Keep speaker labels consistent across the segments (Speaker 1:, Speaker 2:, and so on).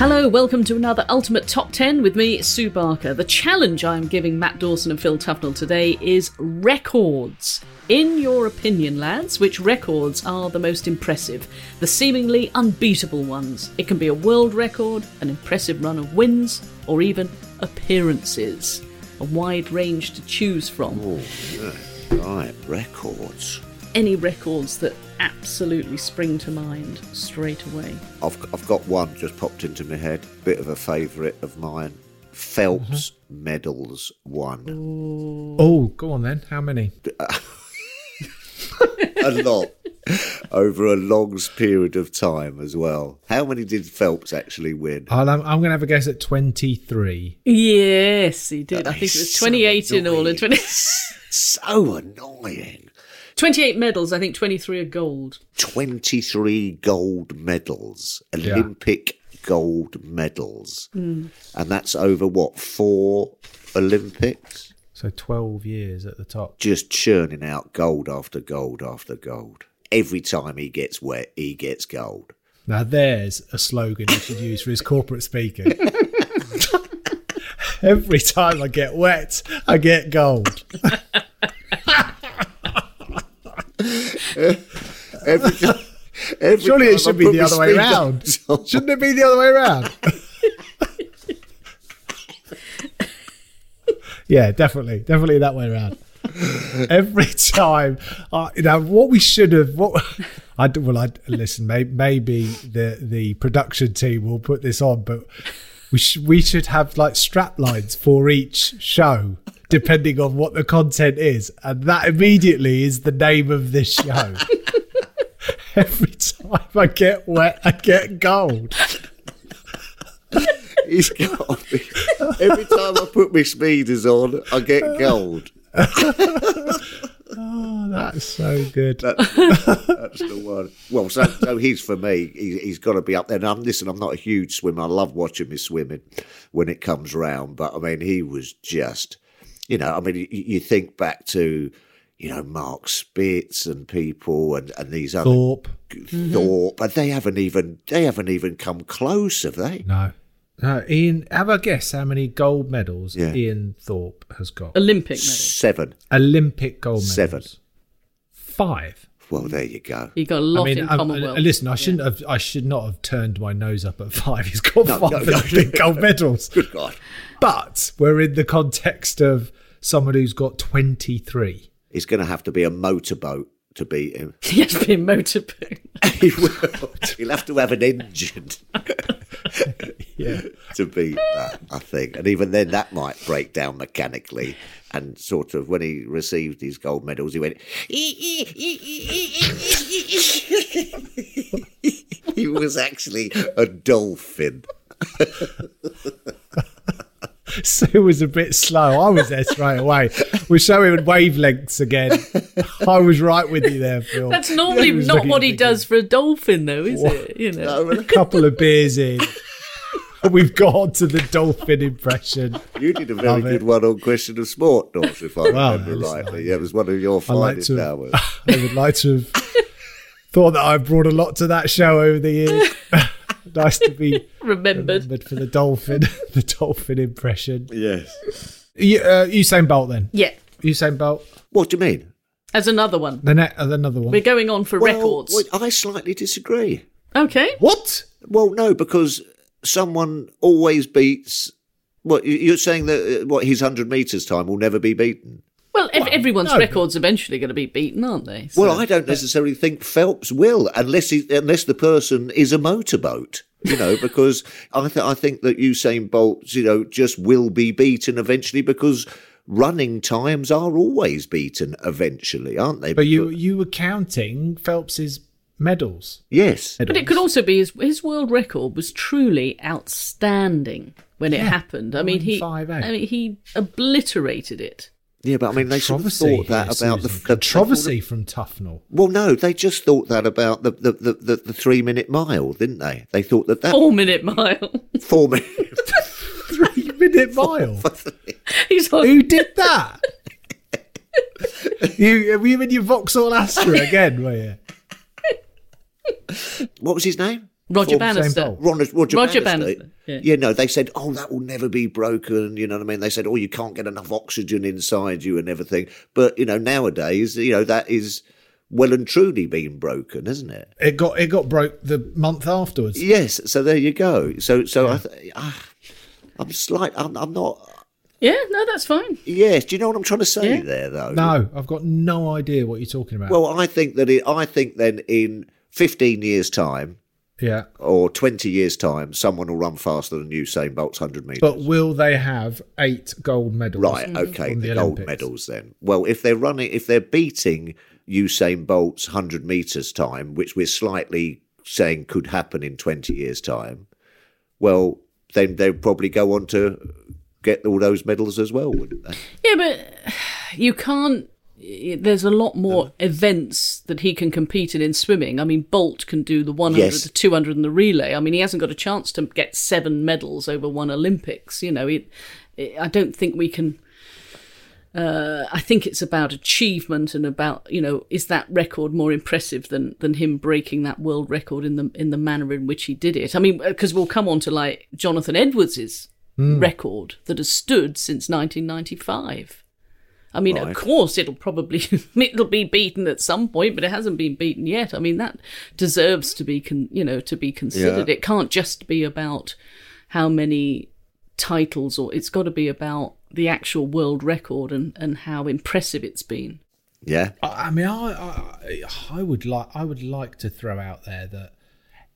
Speaker 1: Hello, welcome to another Ultimate Top 10 with me, Sue Barker. The challenge I'm giving Matt Dawson and Phil Tufnell today is records. In your opinion, lads, which records are the most impressive? The seemingly unbeatable ones. It can be a world record, an impressive run of wins, or even appearances. A wide range to choose from.
Speaker 2: Oh, yeah. right, records.
Speaker 1: Any records that absolutely spring to mind straight away.
Speaker 2: I've, I've got one just popped into my head, bit of a favourite of mine. Phelps
Speaker 1: Mm-hmm.
Speaker 2: medals won
Speaker 3: Oh, go on then. How many?
Speaker 2: a lot over a long period of time as well. How many did Phelps actually win?
Speaker 3: I'll, I'm, I'm going to have a guess at 23.
Speaker 1: Yes, he did. I think it was 28 in all and 20.
Speaker 2: So annoying.
Speaker 1: 28 medals, I think 23 are gold.
Speaker 2: 23 gold medals, Olympic gold medals.
Speaker 1: Mm.
Speaker 2: And that's over what, four Olympics?
Speaker 3: So 12 years at the top.
Speaker 2: just churning out gold after gold after gold. Every time he gets wet, he gets gold.
Speaker 3: Now, there's a slogan he should use for his corporate speaking. Every time I get wet, I get gold.
Speaker 2: Every time, every
Speaker 3: Surely
Speaker 2: time
Speaker 3: it should
Speaker 2: I
Speaker 3: be
Speaker 2: put
Speaker 3: the
Speaker 2: my
Speaker 3: other way
Speaker 2: speed
Speaker 3: round.
Speaker 2: up-
Speaker 3: Shouldn't it be the other way round? yeah, definitely, definitely that way round. Every time, I you know, what we should have, what I d- well, I listen. May, maybe the the production team will put this on, but we sh- we should have like strap lines for each show, depending on what the content is, and that immediately is the name of this show. Every time I get wet, I get gold.
Speaker 2: He's got me. Every time I put my speeders on, I get gold.
Speaker 3: Oh, that's so good.
Speaker 2: That's the one. Well, so, so he's for me. He, he's got to be up there. And I'm, listen, I'm not a huge swimmer. I love watching me swimming when it comes round. But I mean, he was just, you know, I mean, you, you think back to, you know, Mark Spitz and people and, and these other
Speaker 3: Thorpe.
Speaker 2: Thorpe, Mm-hmm. but they haven't even they haven't even come close, have they?
Speaker 3: No. No, Ian, have a guess how many gold medals
Speaker 2: Yeah.
Speaker 3: Ian Thorpe has got.
Speaker 1: Olympic medals.
Speaker 2: Seven.
Speaker 3: Olympic gold medals.
Speaker 2: Seven.
Speaker 3: Five.
Speaker 2: Well, there you go.
Speaker 1: He got a lot
Speaker 3: I mean, um,
Speaker 1: in
Speaker 3: I- I-
Speaker 1: Commonwealth.
Speaker 3: listen, I shouldn't have. I should not have turned my nose up at five. He's got
Speaker 2: No,
Speaker 3: five
Speaker 2: no, no.
Speaker 3: Olympic gold medals.
Speaker 2: Good God,
Speaker 3: But we're in the context of someone who's got twenty-three.
Speaker 2: it's going to have to be a motorboat to beat him.
Speaker 1: He has been motorboat.
Speaker 2: he will. He'll have to have an engine
Speaker 3: Yeah.
Speaker 2: to beat that, I think. And even then, that might break down mechanically. And sort of when he received his gold medals, he went. "E, e, he was actually a dolphin.
Speaker 3: Sue was a bit slow. I was there straight away. We're showing wavelengths again. I was right with you there, Phil.
Speaker 1: That's normally
Speaker 3: He was
Speaker 1: not
Speaker 3: looking
Speaker 1: what he
Speaker 3: at me.
Speaker 1: does for a dolphin, though, is it? You know.
Speaker 3: A couple of beers in. We've got to the dolphin impression.
Speaker 2: You did a very
Speaker 3: Love
Speaker 2: good
Speaker 3: it.
Speaker 2: one on Question of Sport, North, if I
Speaker 3: Wow,
Speaker 2: remember
Speaker 3: that's
Speaker 2: rightly. Yeah, it was one of your
Speaker 3: I like
Speaker 2: finest
Speaker 3: to.
Speaker 2: hours.
Speaker 3: I would like to have thought that I've brought a lot to that show over the years. nice to be
Speaker 1: Remembered.
Speaker 3: remembered for the dolphin, the dolphin impression.
Speaker 2: Yes.
Speaker 3: You, uh, Usain Bolt then.
Speaker 1: Yeah.
Speaker 3: Usain Bolt.
Speaker 2: What do you mean?
Speaker 1: As another one.
Speaker 3: The ne- uh, another one.
Speaker 1: We're going on for
Speaker 2: Well,
Speaker 1: records.
Speaker 2: well, I slightly disagree.
Speaker 1: Okay.
Speaker 3: what?
Speaker 2: Well, no, because someone always beats. What you- you're saying that uh, what his hundred meters time will never be beaten.
Speaker 1: Well, ev-
Speaker 3: Well,
Speaker 1: everyone's
Speaker 3: no.
Speaker 1: records eventually going to be beaten, aren't they? So-
Speaker 2: well, I don't necessarily think Phelps will, unless he, unless the person is a motorboat. You know, because I th- I think that Usain Bolt, you know, just will be beaten eventually because running times are always beaten eventually, aren't they?
Speaker 3: But you you were counting Phelps's medals.
Speaker 2: yes,
Speaker 1: But it could also be his, his world record was truly outstanding when it
Speaker 3: Yeah.
Speaker 1: happened. I mean, he,
Speaker 3: 158.
Speaker 1: I mean, he obliterated it.
Speaker 2: yeah, but I mean, they sort of thought that
Speaker 3: Controversy,
Speaker 2: about the,
Speaker 3: Susan.
Speaker 2: the
Speaker 3: controversy from Tufnell.
Speaker 2: Well, no, they just thought that about the the, the, the, the three minute mile, didn't they? They thought that
Speaker 3: Uh,
Speaker 2: that
Speaker 3: Oh.
Speaker 1: Four minute mile.
Speaker 2: four minute
Speaker 3: Three minute mile.
Speaker 1: He's like,
Speaker 3: Who did that? you were you in your Vauxhall Astra again, were you?
Speaker 2: what was his name?
Speaker 1: Roger
Speaker 3: Four, same
Speaker 1: Bannister.
Speaker 3: pole.
Speaker 2: Ron,
Speaker 1: Roger
Speaker 2: Roger, Bannister.
Speaker 1: Bannister,
Speaker 2: Yeah.
Speaker 1: yeah.
Speaker 2: no, they said, oh, that will never be broken. You know what I mean? They said, oh, you can't get enough oxygen inside you and everything. But, you know, nowadays, you know, that is well and truly being broken, isn't it?
Speaker 3: It got it got broke the month afterwards.
Speaker 2: Yes. So there you go. So, so I th- ah, I'm slight, I'm, I'm not,
Speaker 1: Yeah, no, that's fine.
Speaker 2: yes. Do you know what I'm trying to say
Speaker 1: Yeah.
Speaker 2: there, though?
Speaker 3: No, I've got no idea what you're talking about.
Speaker 2: Well, I think that it, I think then in 15 years' time
Speaker 3: yeah,
Speaker 2: or 20 years' time, someone will run faster than Usain Bolt's 100 metres.
Speaker 3: but will they have eight gold medals?
Speaker 2: Right, okay,
Speaker 3: From
Speaker 2: the,
Speaker 3: the
Speaker 2: gold
Speaker 3: Olympics.
Speaker 2: medals then. Well, if they're running, if they're beating Usain Bolt's 100 metres time, which we're slightly saying could happen in 20 years' time, well, then they'll probably go on to get all those medals as well, wouldn't they?
Speaker 1: Yeah, but you can't. There's a lot more events that he can compete in in swimming. I mean, Bolt can do the 100,
Speaker 2: Yes.
Speaker 1: the 200, and the relay. I mean, he hasn't got a chance to get seven medals over one Olympics. You know, it, it, I don't think we can. Uh, I think it's about achievement and about you know is that record more impressive than than him breaking that world record in the in the manner in which he did it. I mean, because we'll come on to like Jonathan Edwards's
Speaker 2: Hmm.
Speaker 1: record that has stood since 1995. I mean,
Speaker 2: Right.
Speaker 1: of course, it'll probably it'll be beaten at some point, but it hasn't been beaten yet. I mean, that deserves to be con- you know to be considered.
Speaker 2: Yeah.
Speaker 1: It can't just be about how many titles, or it's got to be about the actual world record and and how impressive it's been.
Speaker 2: Yeah.
Speaker 3: I I mean, I, I I would like I would like to throw out there that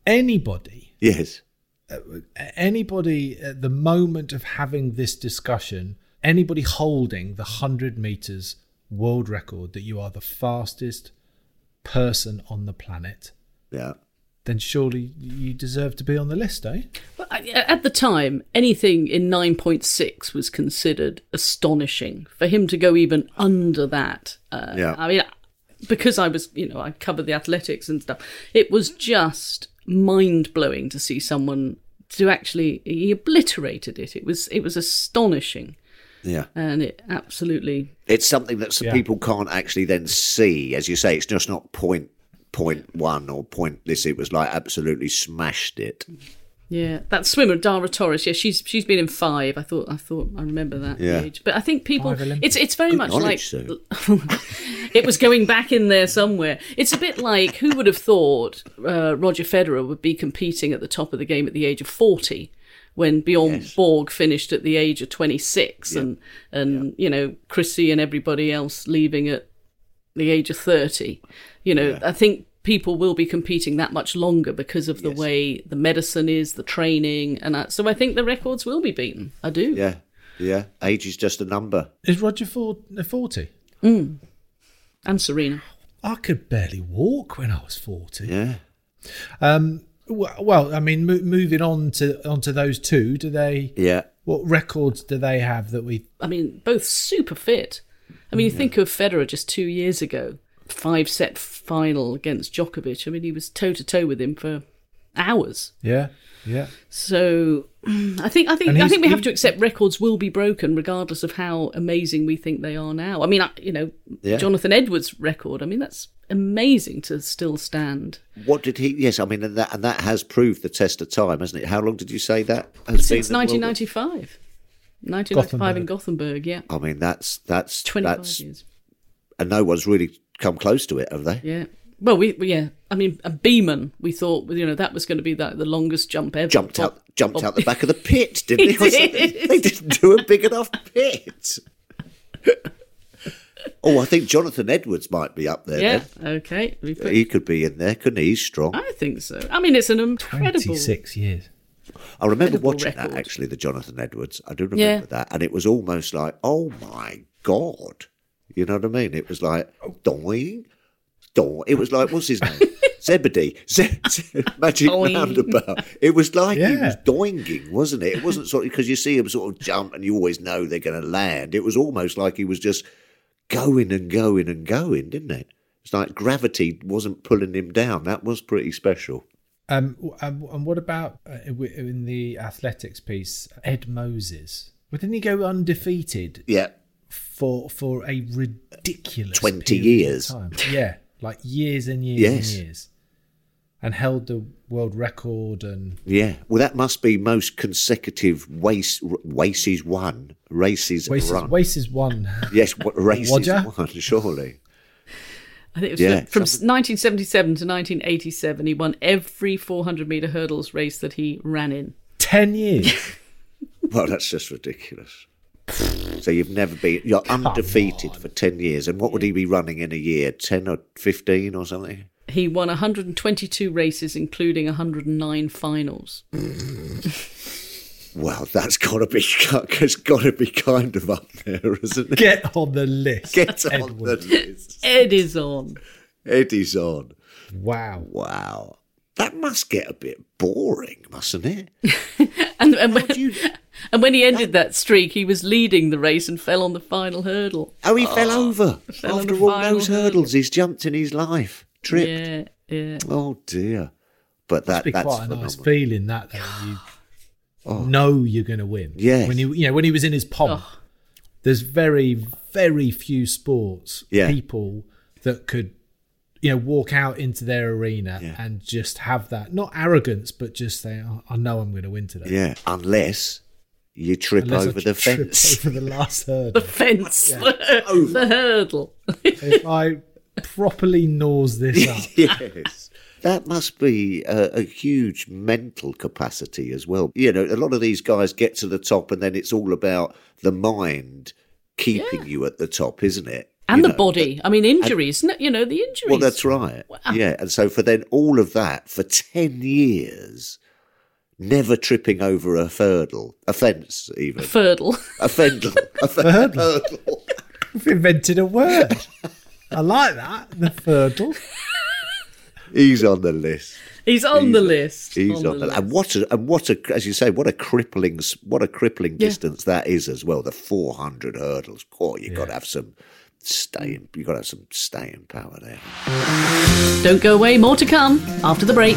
Speaker 3: anybody
Speaker 2: Yes.
Speaker 3: anybody at the moment of having this discussion, anybody holding the hundred meters world record that you are the fastest person on the planet,
Speaker 2: Yeah.
Speaker 3: then surely you deserve to be on the list, eh?
Speaker 1: Well, I- uh, At the time, anything in 9.6 was considered astonishing. For him to go even under that, uh,
Speaker 2: Yeah.
Speaker 1: I mean, because I was, you know, I covered the athletics and stuff, it was just mind blowing to see someone to actually he obliterated it. It was it was astonishing,
Speaker 2: Yeah.
Speaker 1: and it absolutely
Speaker 2: It's something that some
Speaker 3: Yeah.
Speaker 2: people can't actually then see. As you say, it's just not point point one or point this. It was like absolutely smashed it.
Speaker 3: Mm-hmm.
Speaker 1: Yeah, that swimmer Dara Torres. Yeah, she's she's been in five. I thought I thought I remember that
Speaker 2: Yeah.
Speaker 1: age. But I think people.
Speaker 3: Five Olympics.
Speaker 1: It's it's very
Speaker 2: Good
Speaker 1: much
Speaker 2: knowledge,
Speaker 1: like
Speaker 2: Sue.
Speaker 1: it was going back in there somewhere. It's a bit like who would have thought uh, Roger Federer would be competing at the top of the game at the age of forty. When Bjorn Borg finished at the age of 26, and and you know Chrissy and everybody else leaving at the age of 30 you know i think people will be competing that much longer because of the way the medicine is the training and I, so i think the records will be beaten i do
Speaker 2: Yeah. Yeah. Age is just a number.
Speaker 3: Is Roger Ford uh, forty?
Speaker 1: and serena
Speaker 3: I could barely walk when I was forty.
Speaker 2: Yeah.
Speaker 3: Um, w- well, I mean, mo- moving on to onto those two, do they?
Speaker 2: Yeah.
Speaker 3: What records do they have that we?
Speaker 1: i mean both super fit i mean you think of federer just two years ago five set final against djokovic i mean he was toe to toe with him for hours
Speaker 3: Yeah, yeah.
Speaker 1: So I think I think
Speaker 3: And
Speaker 1: I
Speaker 3: he's-
Speaker 1: think we have
Speaker 3: he-
Speaker 1: to accept records will be broken regardless of how amazing we think they are now. I mean, I, you know,
Speaker 2: Yeah.
Speaker 1: Jonathan Edwards' record. I mean, that's amazing to still stand.
Speaker 2: What did he? Yes, I mean, and that and that has proved the test of time, hasn't it? How long did you say that has
Speaker 1: Since
Speaker 2: the world-
Speaker 1: 1995. 1995 in Gothenburg, yeah.
Speaker 2: I mean, that's that's
Speaker 1: 25
Speaker 2: that's
Speaker 1: years.
Speaker 2: and no one's really come close to it, have they?
Speaker 1: Yeah. Well, we, we- yeah. I mean, a Beeman, we thought, you know, that was going to be the, the longest jump ever.
Speaker 2: Jumped
Speaker 1: Bob-
Speaker 2: out, jumped
Speaker 1: Bob-
Speaker 2: out the back of the pit, didn't
Speaker 1: He
Speaker 2: they? Or something?
Speaker 1: did.
Speaker 2: They didn't do a big enough pit. oh, I think Jonathan Edwards might be up there.
Speaker 1: Yeah. Okay. We
Speaker 2: then.
Speaker 1: put,
Speaker 2: he could be in there, couldn't he? He's strong.
Speaker 1: I think so. I mean, it's an incredible.
Speaker 3: Twenty-six years.
Speaker 2: I remember
Speaker 1: Incredible
Speaker 2: watching that
Speaker 1: record.
Speaker 2: actually, the Jonathan Edwards. I do remember
Speaker 1: Yeah.
Speaker 2: that, and it was almost like, oh my god, you know what I mean? It was like
Speaker 1: Oh.
Speaker 2: dying, dying. It was like what's his name? Zebedee, Ze- Ze- Magic
Speaker 1: Doing.
Speaker 2: Roundabout. It was like he
Speaker 4: Yeah.
Speaker 2: was doinging, wasn't it? It wasn't sort of because you see him sort of jump, and you always know they're going to land. It was almost like he was just going and going and going, didn't it? It's like gravity wasn't pulling him down. That was pretty special.
Speaker 3: Um, w- um, and what about uh, w- in the athletics piece, Ed Moses? Well, didn't he go undefeated
Speaker 2: Yeah,
Speaker 3: for for a ridiculous
Speaker 2: 20
Speaker 3: period of
Speaker 2: years.
Speaker 3: Time? Yeah, like years and years
Speaker 2: Yes.
Speaker 3: and years, and held the world record and
Speaker 2: yeah. Well, that must be most consecutive waste races won, races
Speaker 3: Waces,
Speaker 2: run.
Speaker 3: Waces won.
Speaker 2: Yes, w- races
Speaker 3: Roger?
Speaker 2: won. Surely.
Speaker 1: I think it was
Speaker 2: Yeah.
Speaker 1: from, from 1977 to 1987. He won every 400 meter hurdles race that he ran in.
Speaker 3: Ten years.
Speaker 2: Well, that's just ridiculous. So you've never been you're undefeated for ten years, and what would he be running in a year? Ten or fifteen or something?
Speaker 1: He won 122 races, including 109 finals.
Speaker 2: Well, that's got to be it's got to be kind of up there, isn't it?
Speaker 3: Get on the list.
Speaker 2: Get on the
Speaker 3: Edward.
Speaker 2: list.
Speaker 1: Ed is on.
Speaker 2: Eddie's on.
Speaker 3: Wow.
Speaker 2: Wow, that must get a bit boring, mustn't it?
Speaker 1: And, and, when, and when he ended that streak, he was leading the race and fell on the final hurdle.
Speaker 2: Oh, he fell over
Speaker 1: Fell on
Speaker 2: after
Speaker 1: the
Speaker 2: all
Speaker 1: final
Speaker 2: those
Speaker 1: hurdle.
Speaker 2: hurdles. He's jumped in his life, tripped.
Speaker 1: Yeah, yeah.
Speaker 2: Oh dear! But
Speaker 3: Must
Speaker 2: that
Speaker 3: be
Speaker 2: that's
Speaker 3: quite a
Speaker 2: phenomenal.
Speaker 3: nice feeling that though. when You know you're going to win.
Speaker 2: Oh. Yes.
Speaker 3: When you you know when he was in his pomp, there's very very few sports
Speaker 2: Yeah.
Speaker 3: people that could you know walk out into their arena
Speaker 2: Yeah.
Speaker 3: and just have that not arrogance but just say "Oh, I know I'm going to win today.
Speaker 2: Yeah, unless you trip
Speaker 3: Unless I
Speaker 2: over the
Speaker 3: trip
Speaker 2: fence.
Speaker 3: over the last
Speaker 1: The
Speaker 3: hurdle.
Speaker 1: fence,
Speaker 2: Oh.
Speaker 1: the hurdle.
Speaker 3: if I properly gnaws this up,
Speaker 2: yes. That must be a, a huge mental capacity as well. You know, a lot of these guys get to the top and then it's all about the mind keeping you at the top, isn't it?
Speaker 1: And
Speaker 2: You
Speaker 1: the
Speaker 2: know,
Speaker 1: body. I mean, injuries. no- you know, the injuries.
Speaker 2: Well, that's right. Yeah. And so for then all of that for 10 years, never tripping over a hurdle, a fence even,
Speaker 1: Hurdle.
Speaker 2: a fendle, a hurdle.
Speaker 3: we've invented a word. I like that. The hurdle.
Speaker 2: He's on the list.
Speaker 1: He's on the list.
Speaker 2: He's on, the, and what a, and what a as you say what a crippling s- what a crippling
Speaker 1: Yeah.
Speaker 2: distance that is as well the 400 hurdles oh you have got to have some staying you got to have some staying power there
Speaker 1: Don't go away, more to come after the break.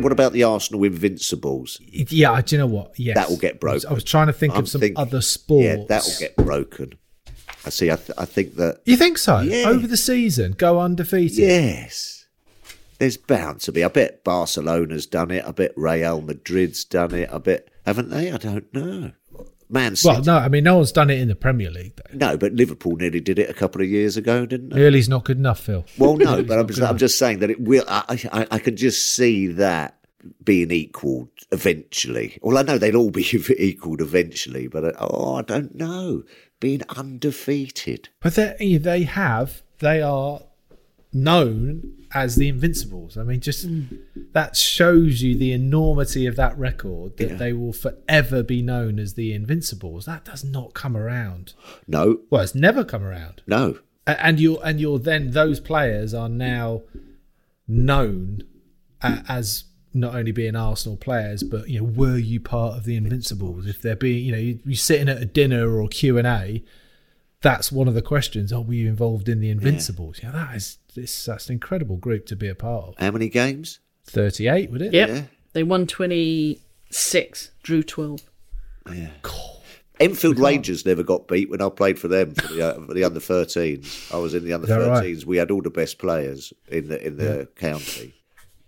Speaker 2: what about the arsenal invincibles
Speaker 3: Yeah, do you know what? Yes,
Speaker 2: That will get broken.
Speaker 3: I was, I was trying to think
Speaker 2: I'm
Speaker 3: of some
Speaker 2: thinking-
Speaker 3: other sports.
Speaker 2: yeah that'll get broken i see i, th- I think that
Speaker 3: You think so?
Speaker 2: Yeah.
Speaker 3: Over the season, go undefeated.
Speaker 2: yes there's bound to be i bet barcelona's done it i bet real madrid's done it i bet haven't they i don't know man City.
Speaker 3: Well, no, I mean, no one's done it in the Premier League though.
Speaker 2: no but liverpool nearly did it a couple of years ago didn't they
Speaker 3: Early's not good enough, Phil.
Speaker 2: Well, no, but I'm
Speaker 3: not
Speaker 2: just,
Speaker 3: good
Speaker 2: I'm just saying that it will. I, I, I can just see that being equalled eventually. Well, I know they'll all be equalled eventually, but uh, oh, I don't know. Being undefeated.
Speaker 3: But they, they have, they are known as the Invincibles. I mean, just that shows you the enormity of that record that they will forever be known as the Invincibles. That does not come around.
Speaker 2: No,
Speaker 3: Well, it's never come around.
Speaker 2: no.
Speaker 3: A- and you're and you're then those players are now known a- as not only being Arsenal players, but you know, were you part of the Invincibles? If they're being, you know, you- you're sitting at a dinner or Q and A, that's one of the questions. Oh, were you involved in the Invincibles? Yeah, that is this. That's an incredible group to be a part of.
Speaker 2: How many games?
Speaker 3: Thirty-eight, would it?
Speaker 1: Yep.
Speaker 2: Yeah.
Speaker 1: They won 26, drew 12.
Speaker 2: Yeah. Enfield Rangers never got beat when I played for them for the, uh, for the under 13s. I was in the under
Speaker 3: They're right.
Speaker 2: 13s. We had all the best players in the in the county,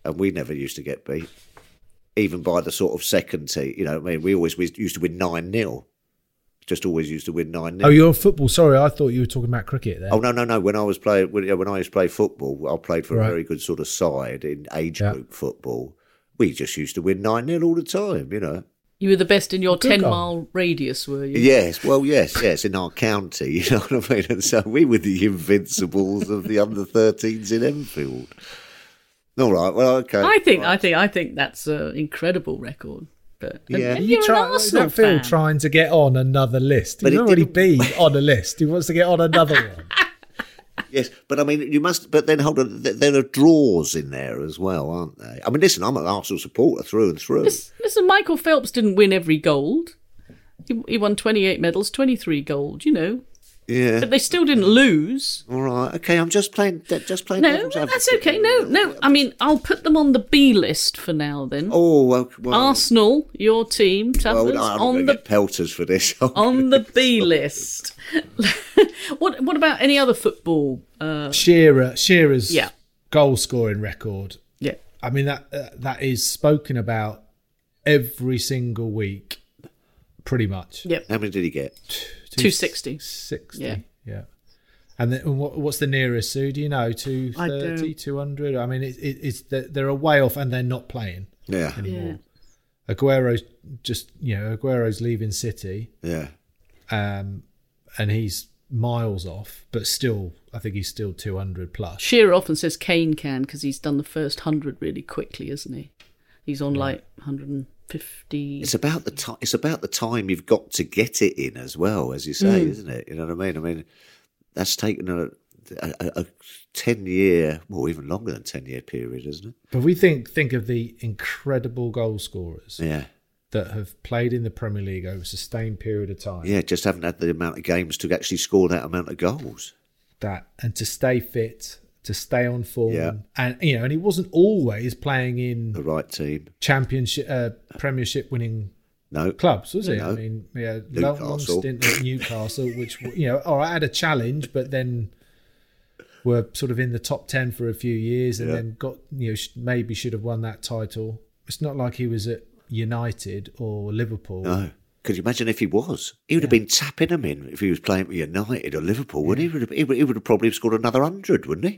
Speaker 2: and we never used to get beat, even by the sort of second team. You know, what I mean, we always we used to win nine 0 Just always used to win nine 0
Speaker 3: Oh, you're on football. Sorry, I thought you were talking about cricket there.
Speaker 2: Oh no no no! When I was playing when, yeah, when I used to play football, I played for
Speaker 3: Right.
Speaker 2: a very good sort of side in age
Speaker 3: Yeah.
Speaker 2: group football. We just used to win nine 0 all the time, you know.
Speaker 1: You were the best in your
Speaker 3: Good
Speaker 1: 10
Speaker 3: goal.
Speaker 1: mile radius, were you?
Speaker 2: Yes, well, yes, yes, in our county, you know what I mean. And so we were the invincibles of the under 13s in Enfield. All right, well, okay.
Speaker 1: I think, I think, I think that's an incredible record. But and-
Speaker 2: Yeah.
Speaker 1: and
Speaker 2: You
Speaker 1: you're
Speaker 3: try-
Speaker 1: an Arsenal
Speaker 3: don't feel
Speaker 1: fan.
Speaker 3: trying to get on another list.
Speaker 2: But
Speaker 3: He's
Speaker 2: it
Speaker 3: already
Speaker 2: didn't-
Speaker 3: been on a list. He wants to get on another one.
Speaker 2: Yes, but I mean, you must. But then hold on, th- there are draws in there as well, aren't they? I mean, listen, I'm an Arsenal supporter through and through.
Speaker 1: Listen, listen, Michael Phelps didn't win every gold. He, he won 28 medals, 23 gold, you know.
Speaker 2: Yeah.
Speaker 1: But they still didn't lose.
Speaker 2: All right, okay. I'm just playing. Just playing.
Speaker 1: No,
Speaker 2: devil's
Speaker 1: that's
Speaker 2: advocate.
Speaker 1: okay. No, no. I mean, I'll put them on the B list for now then.
Speaker 2: Oh, well, well,
Speaker 1: Arsenal, your team,
Speaker 2: well,
Speaker 1: Travellers,
Speaker 2: I'm
Speaker 1: on
Speaker 2: going
Speaker 1: the
Speaker 2: to get pelters for this.
Speaker 1: on the B list. what what about any other football? Uh,
Speaker 3: Shearer, Shearer's
Speaker 1: Yeah.
Speaker 3: goal scoring record.
Speaker 1: yeah,
Speaker 3: I mean that uh, that is spoken about every single week, pretty much.
Speaker 1: yep,
Speaker 2: How many did he get?
Speaker 1: two sixty.
Speaker 3: Sixty.
Speaker 1: Yeah.
Speaker 3: Yeah. And then and what, what's the nearest, Sue? Do you know? 230,
Speaker 1: don't.
Speaker 3: 200? I mean, it, it, it's they're they're away off and they're not playing
Speaker 2: Yeah,
Speaker 1: Yeah,
Speaker 3: anymore. Aguero's just, you know, Aguero's leaving City
Speaker 2: yeah.
Speaker 3: um, and he's miles off, but still, I think he's still 200 plus.
Speaker 1: Shearer often says Kane can because he's done the first hundred really quickly, isn't he? He's on like one hundred and fifty.
Speaker 2: It's about the time. It's about the time you've got to get it in as well, as you say, isn't it? You know what I mean? I mean, that's taken a a, a- a ten year, well, even longer than ten year period, isn't it?
Speaker 3: But we think think of the incredible goal scorers
Speaker 2: Yeah,
Speaker 3: that have played in the Premier League over a sustained period of time.
Speaker 2: yeah. Just haven't had the amount of games to actually score that amount of goals.
Speaker 3: that and to stay fit, to stay on form,
Speaker 2: Yeah.
Speaker 3: and you know, and he wasn't always playing in
Speaker 2: The right team,
Speaker 3: championship, uh, Premiership winning
Speaker 2: no.
Speaker 3: clubs, was he? I
Speaker 2: No.
Speaker 3: mean, yeah, long, long
Speaker 2: Newcastle.
Speaker 3: stint at Newcastle, which you know, all right, had a challenge, but then were sort of in the top ten for a few years, and
Speaker 2: Yeah.
Speaker 3: then got you know sh- maybe should have won that title. It's not like he was at United or Liverpool.
Speaker 2: No. Could you imagine if he was? He would have been tapping them in if he was playing for United or Liverpool, wouldn't he? He would, have, he, would, he would have probably have scored another hundred, wouldn't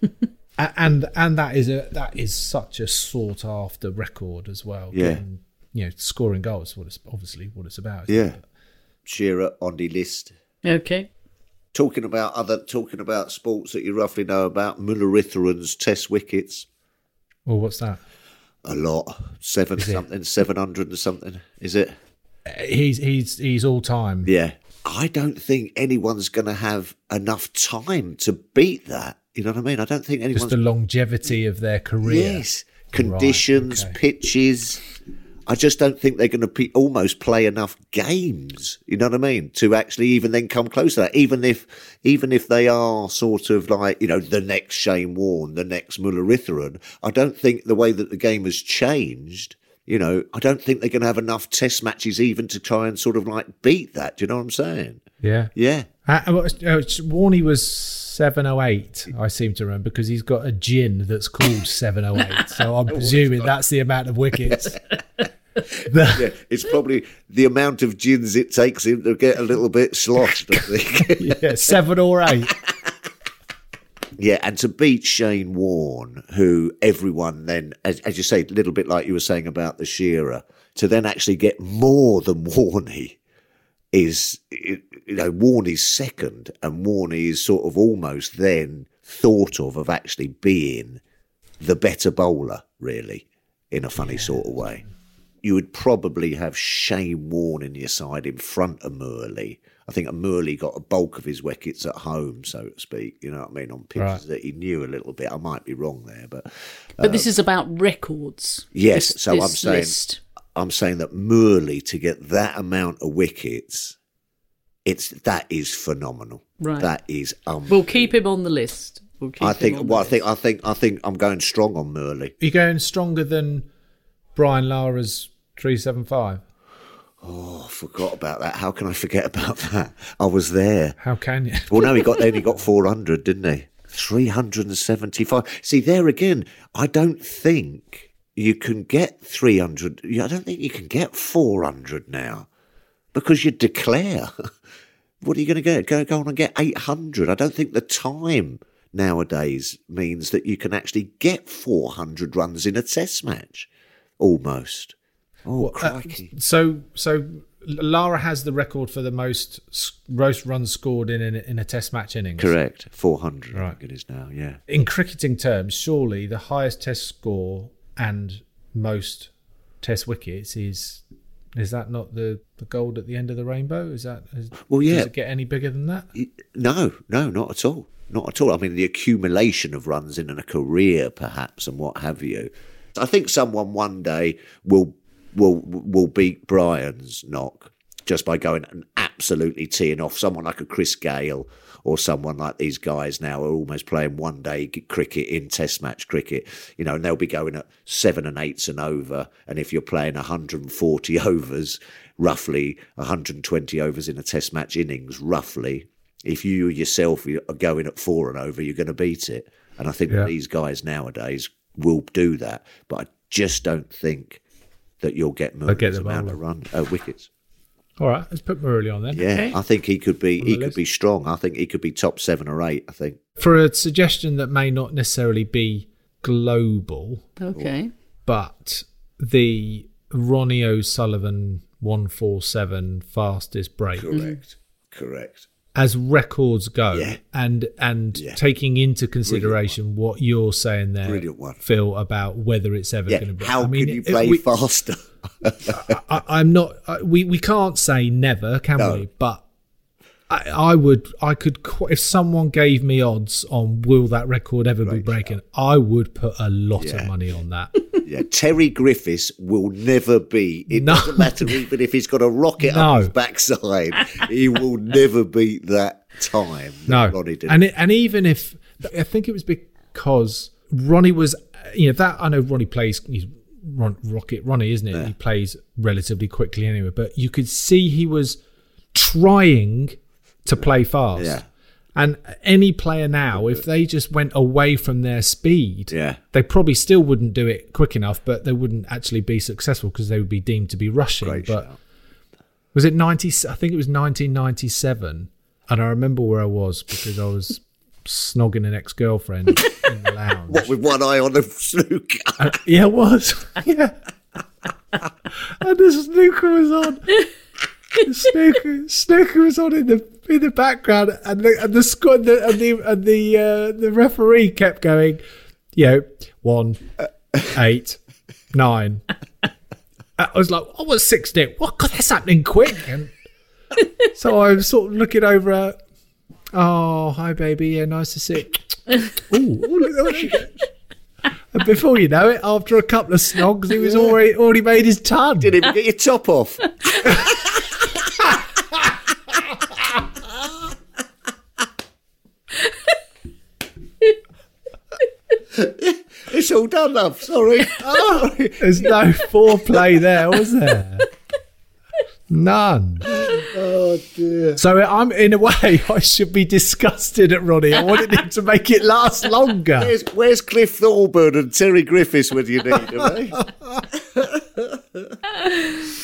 Speaker 2: he?
Speaker 3: A- and and that is a that is such a sought after record as well.
Speaker 2: Yeah.
Speaker 3: given, you know, scoring goals. What it's obviously what it's about. isn't
Speaker 2: Yeah.
Speaker 3: it?
Speaker 2: Shearer on the list.
Speaker 1: Okay,
Speaker 2: talking about other talking about sports that you roughly know about Mulleritherans test wickets
Speaker 3: Well, what's that?
Speaker 2: a lot seven
Speaker 3: Is it?
Speaker 2: something seven hundred and something is it
Speaker 3: Uh, He's he's he's all time.
Speaker 2: yeah I don't think anyone's going to have enough time to beat that you know what I mean I don't think
Speaker 3: Just
Speaker 2: anyone's
Speaker 3: the longevity of their career.
Speaker 2: yes conditions
Speaker 3: okay.
Speaker 2: pitches I just don't think they're going to pe- almost play enough games you know what I mean to actually even then come close to that even if even if they are sort of like you know the next Shane Warne the next Mulleritherun I don't think the way that the game has changed you know I don't think they're going to have enough test matches even to try and sort of like beat that do you know what I'm saying
Speaker 3: Yeah.
Speaker 2: yeah
Speaker 3: Uh, uh, what- uh, Warney was 708, I seem to remember, because he's got a gin that's called 708. So
Speaker 2: Oh,
Speaker 3: I'm presuming that's the amount of wickets. The-
Speaker 2: yeah, it's probably the amount of gins it takes him to get a little bit sloshed I think
Speaker 3: yeah, seven or eight.
Speaker 2: Yeah, and to beat Shane Warne, who everyone then, as, as you say, a little bit like you were saying about the Shearer, to then actually get more than Warney is, you know, Warney's second, and Warney is sort of almost then thought of of actually being the better bowler, really, in a funny sort of way. You would probably have Shane Warne in your side in front of Murley. I think Murley got a bulk of his wickets at home, so to speak. You know what I mean? On pitches
Speaker 3: Right.
Speaker 2: that he knew a little bit. I might be wrong there, but
Speaker 1: but this is about records.
Speaker 2: Uh, Yes,
Speaker 1: this-
Speaker 2: so I'm
Speaker 1: this
Speaker 2: saying
Speaker 1: list.
Speaker 2: I'm saying that Murley to get that amount of wickets It's that is phenomenal.
Speaker 1: Right.
Speaker 2: That is um.
Speaker 1: We'll keep him on the list. We'll keep
Speaker 2: I
Speaker 1: him on
Speaker 2: think.
Speaker 1: the
Speaker 2: Well, I
Speaker 1: list.
Speaker 2: think. I think. I think. I'm going strong on Murley.
Speaker 3: you going stronger than Brian Lara's 375?
Speaker 2: Oh, I forgot about that. How can I forget about that? I was there.
Speaker 3: How can you?
Speaker 2: Well, no, he got then he got 400, didn't he? 375. See, there again, I don't think you can get 300. I don't think you can get 400 now because you declare. What are you going to get? Go, go on and get 800. I don't think the time nowadays means that you can actually get 400 runs in a test match almost. Oh,
Speaker 3: Uh,
Speaker 2: crikey.
Speaker 3: so so Lara has the record for the most s- most runs scored in, in in a Test match innings.
Speaker 2: Correct. 400, I
Speaker 3: Right.
Speaker 2: think it is now, yeah.
Speaker 3: In cricketing terms, surely the highest Test score and most Test wickets is is that not the, the gold at the end of the rainbow? Is that is,
Speaker 2: Well, yeah.
Speaker 3: Does it get any bigger than that?
Speaker 2: No, no, not at all. Not at all. I mean, the accumulation of runs in a career, perhaps, and what have you. I think someone one day will will will beat Brian's knock just by going and absolutely teeing off someone like a Chris Gale or someone like these guys now are almost playing one day g- cricket in test match cricket, you know, and they'll be going at seven and eights and over. And if you're playing 140 overs, roughly 120 overs in a test match innings, roughly, if you yourself are going at four and over, you're going to beat it. And I think that these guys nowadays will do that. But I just don't think that you'll get Murray's
Speaker 3: get the
Speaker 2: amount of
Speaker 3: bowler.
Speaker 2: run uh, wickets.
Speaker 3: All right, let's put Murali on then.
Speaker 2: Yeah, I think he could be. He
Speaker 3: the
Speaker 2: could
Speaker 3: list.
Speaker 2: be strong. I think he could be top seven or eight. I think.
Speaker 3: For a suggestion that may not necessarily be global,
Speaker 1: Okay.
Speaker 3: but the Ronnie O'Sullivan 147 fastest break
Speaker 2: Correct. Correct.
Speaker 3: as records go
Speaker 2: Yeah.
Speaker 3: and and
Speaker 2: Yeah.
Speaker 3: taking into consideration what you're saying there
Speaker 2: Brilliant one.
Speaker 3: Phil about whether it's ever
Speaker 2: Yeah.
Speaker 3: going to be
Speaker 2: How
Speaker 3: I mean,
Speaker 2: can you
Speaker 3: it-
Speaker 2: play
Speaker 3: we,
Speaker 2: faster?
Speaker 3: I, I'm not I, we we can't say never can
Speaker 2: No.
Speaker 3: we but I, I would I could qu- if someone gave me odds on will that record ever be breaken I would put a lot of
Speaker 2: Yeah.
Speaker 3: money on that
Speaker 2: yeah. Terry Griffiths will never be. It
Speaker 3: No.
Speaker 2: doesn't matter even if he's got a rocket
Speaker 3: No.
Speaker 2: up his backside. he will never beat that time. that
Speaker 3: No,
Speaker 2: Ronnie did.
Speaker 3: and it, and even if I think it was because Ronnie was, you know, that I know Ronnie plays he's Ron, Rocket Ronnie, isn't it? He plays relatively quickly anyway, but you could see he was trying to play fast.
Speaker 2: Yeah.
Speaker 3: And any player now, if they just went away from their speed,
Speaker 2: Yeah.
Speaker 3: they probably still wouldn't do it quick enough, but they wouldn't actually be successful because they would be deemed to be rushing.
Speaker 2: Great
Speaker 3: but
Speaker 2: shout.
Speaker 3: was it 90 i think it was 1997 and i remember where i was because i was snogging an ex-girlfriend in the lounge
Speaker 2: What with one eye on the snooker?
Speaker 3: yeah it was yeah and the snooker was on the snooker, snooker was on in the in the background and the and the squad the, and the and the uh, the referee kept going you know one eight nine I was like, I was 16. What? God, that's happening quick. And so I was sort of looking over at, oh, hi, baby. Yeah, nice to see you. Ooh, ooh, look at what she did. And before you know it, after a couple of snogs, he was already already made his ton.
Speaker 2: Didn't even get your top off. it's all done, love. Sorry. Oh, Sorry.
Speaker 3: There's no foreplay there, was there? None.
Speaker 2: Oh dear.
Speaker 3: So I'm in a way I should be disgusted at Ronnie. I wanted him to make it last longer.
Speaker 2: Where's, where's Cliff Thorburn and Terry Griffiths when you need them? eh?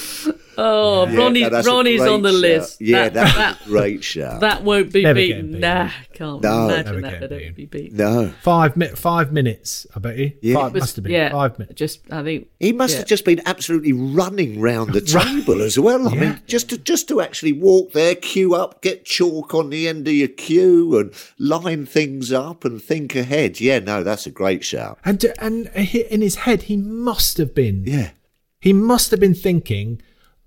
Speaker 1: Oh,
Speaker 2: Yeah,
Speaker 1: Ronnie,
Speaker 2: no, that's a
Speaker 1: Ronnie's
Speaker 2: great
Speaker 1: on the
Speaker 2: shout.
Speaker 1: list.
Speaker 2: Yeah,
Speaker 1: that,
Speaker 2: that's
Speaker 1: that,
Speaker 2: a great shout.
Speaker 1: that won't be
Speaker 3: Never getting
Speaker 1: beaten.
Speaker 3: beaten.
Speaker 1: Nah, can't
Speaker 2: No.
Speaker 3: Never
Speaker 1: imagine that
Speaker 3: getting
Speaker 1: that it'd be beaten.
Speaker 2: no,
Speaker 3: Five mi- five minutes, I bet you.
Speaker 2: Yeah.
Speaker 3: Five,
Speaker 2: It was-
Speaker 3: must have been
Speaker 1: yeah,
Speaker 3: five minutes.
Speaker 1: Just, I think.
Speaker 2: he must
Speaker 1: yeah.
Speaker 2: have just been absolutely running round the table as well. I mean, just to just to actually walk there, queue up, get chalk on the end of your queue, and line things up and think ahead. Yeah, no, that's a great shout.
Speaker 3: And and he- in his head, he must have been
Speaker 2: Yeah,
Speaker 3: he must have been thinking,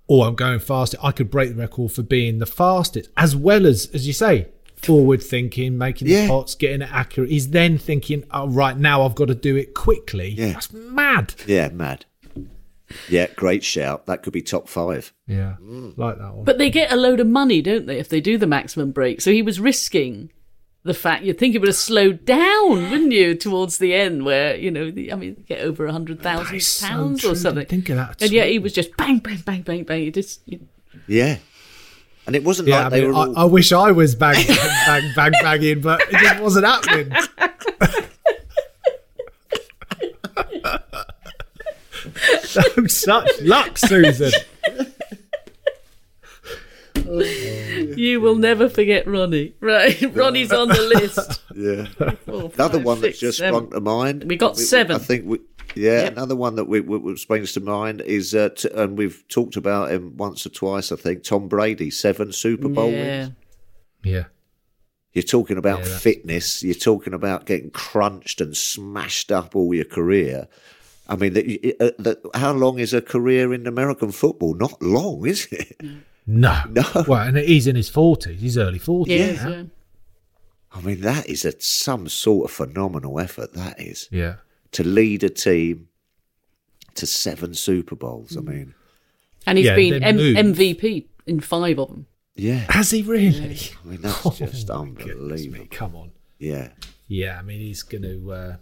Speaker 3: "Oh, I'm going fast. I could break the record for being the fastest." As well as as you say, forward thinking, making
Speaker 2: Yeah.
Speaker 3: the pots, getting it accurate. He's then thinking, "Oh, right now I've got to do it quickly."
Speaker 2: Yeah.
Speaker 3: That's mad.
Speaker 2: yeah, mad. Yeah, great shout. That could be top five.
Speaker 3: Yeah, like that one.
Speaker 1: But they get a load of money, don't they, if they do the maximum break? So he was risking the fact you'd think it would have slowed down, wouldn't you, towards the end, where you know, the, I mean, you get over a hundred thousand
Speaker 3: so
Speaker 1: pounds
Speaker 3: true.
Speaker 1: or something.
Speaker 3: Didn't think of that at
Speaker 1: And yet
Speaker 3: all.
Speaker 1: he was just bang, bang, bang, bang, bang. You just you,
Speaker 2: Yeah. And it wasn't
Speaker 4: Yeah,
Speaker 2: like
Speaker 4: I,
Speaker 2: they
Speaker 4: mean,
Speaker 2: were all.
Speaker 4: I, I wish I was bang, bang, bang, banging, but it just wasn't happening. I'm such luck, Susan.
Speaker 1: you will never forget Ronnie, right? Ronnie's on the list.
Speaker 2: yeah.
Speaker 1: Four,
Speaker 2: Another
Speaker 1: five,
Speaker 2: one that's
Speaker 1: six,
Speaker 2: just
Speaker 1: seven.
Speaker 2: sprung to mind.
Speaker 1: We got seven.
Speaker 2: I think we. Yeah, another one that we, we, we springs to mind is, uh, t- and we've talked about him once or twice. I think Tom Brady, seven Super Bowl
Speaker 1: yeah.
Speaker 2: wins.
Speaker 3: Yeah,
Speaker 2: You're talking about
Speaker 3: Yeah, that-
Speaker 2: fitness. You're talking about getting crunched and smashed up all your career. I mean, that, uh, that, how long is a career in American football? Not long, is it?
Speaker 1: Mm.
Speaker 3: no,
Speaker 2: No.
Speaker 3: Well, and he's in his forties. He's early
Speaker 1: Yeah,
Speaker 3: forties.
Speaker 1: yeah.
Speaker 3: Yeah,
Speaker 2: I mean, that is a, some sort of phenomenal effort. That is
Speaker 3: yeah.
Speaker 2: to lead a team to seven Super Bowls.
Speaker 1: Mm.
Speaker 2: I mean,
Speaker 1: And he's
Speaker 3: Yeah,
Speaker 1: been
Speaker 3: they
Speaker 1: M-
Speaker 3: moved.
Speaker 1: MVP in five of them.
Speaker 2: yeah.
Speaker 3: Has he really?
Speaker 2: I mean, that's
Speaker 3: Oh,
Speaker 2: just
Speaker 3: my goodness
Speaker 2: unbelievable.
Speaker 3: me, Come on.
Speaker 2: Yeah.
Speaker 3: Yeah, I mean, he's going to. Uh,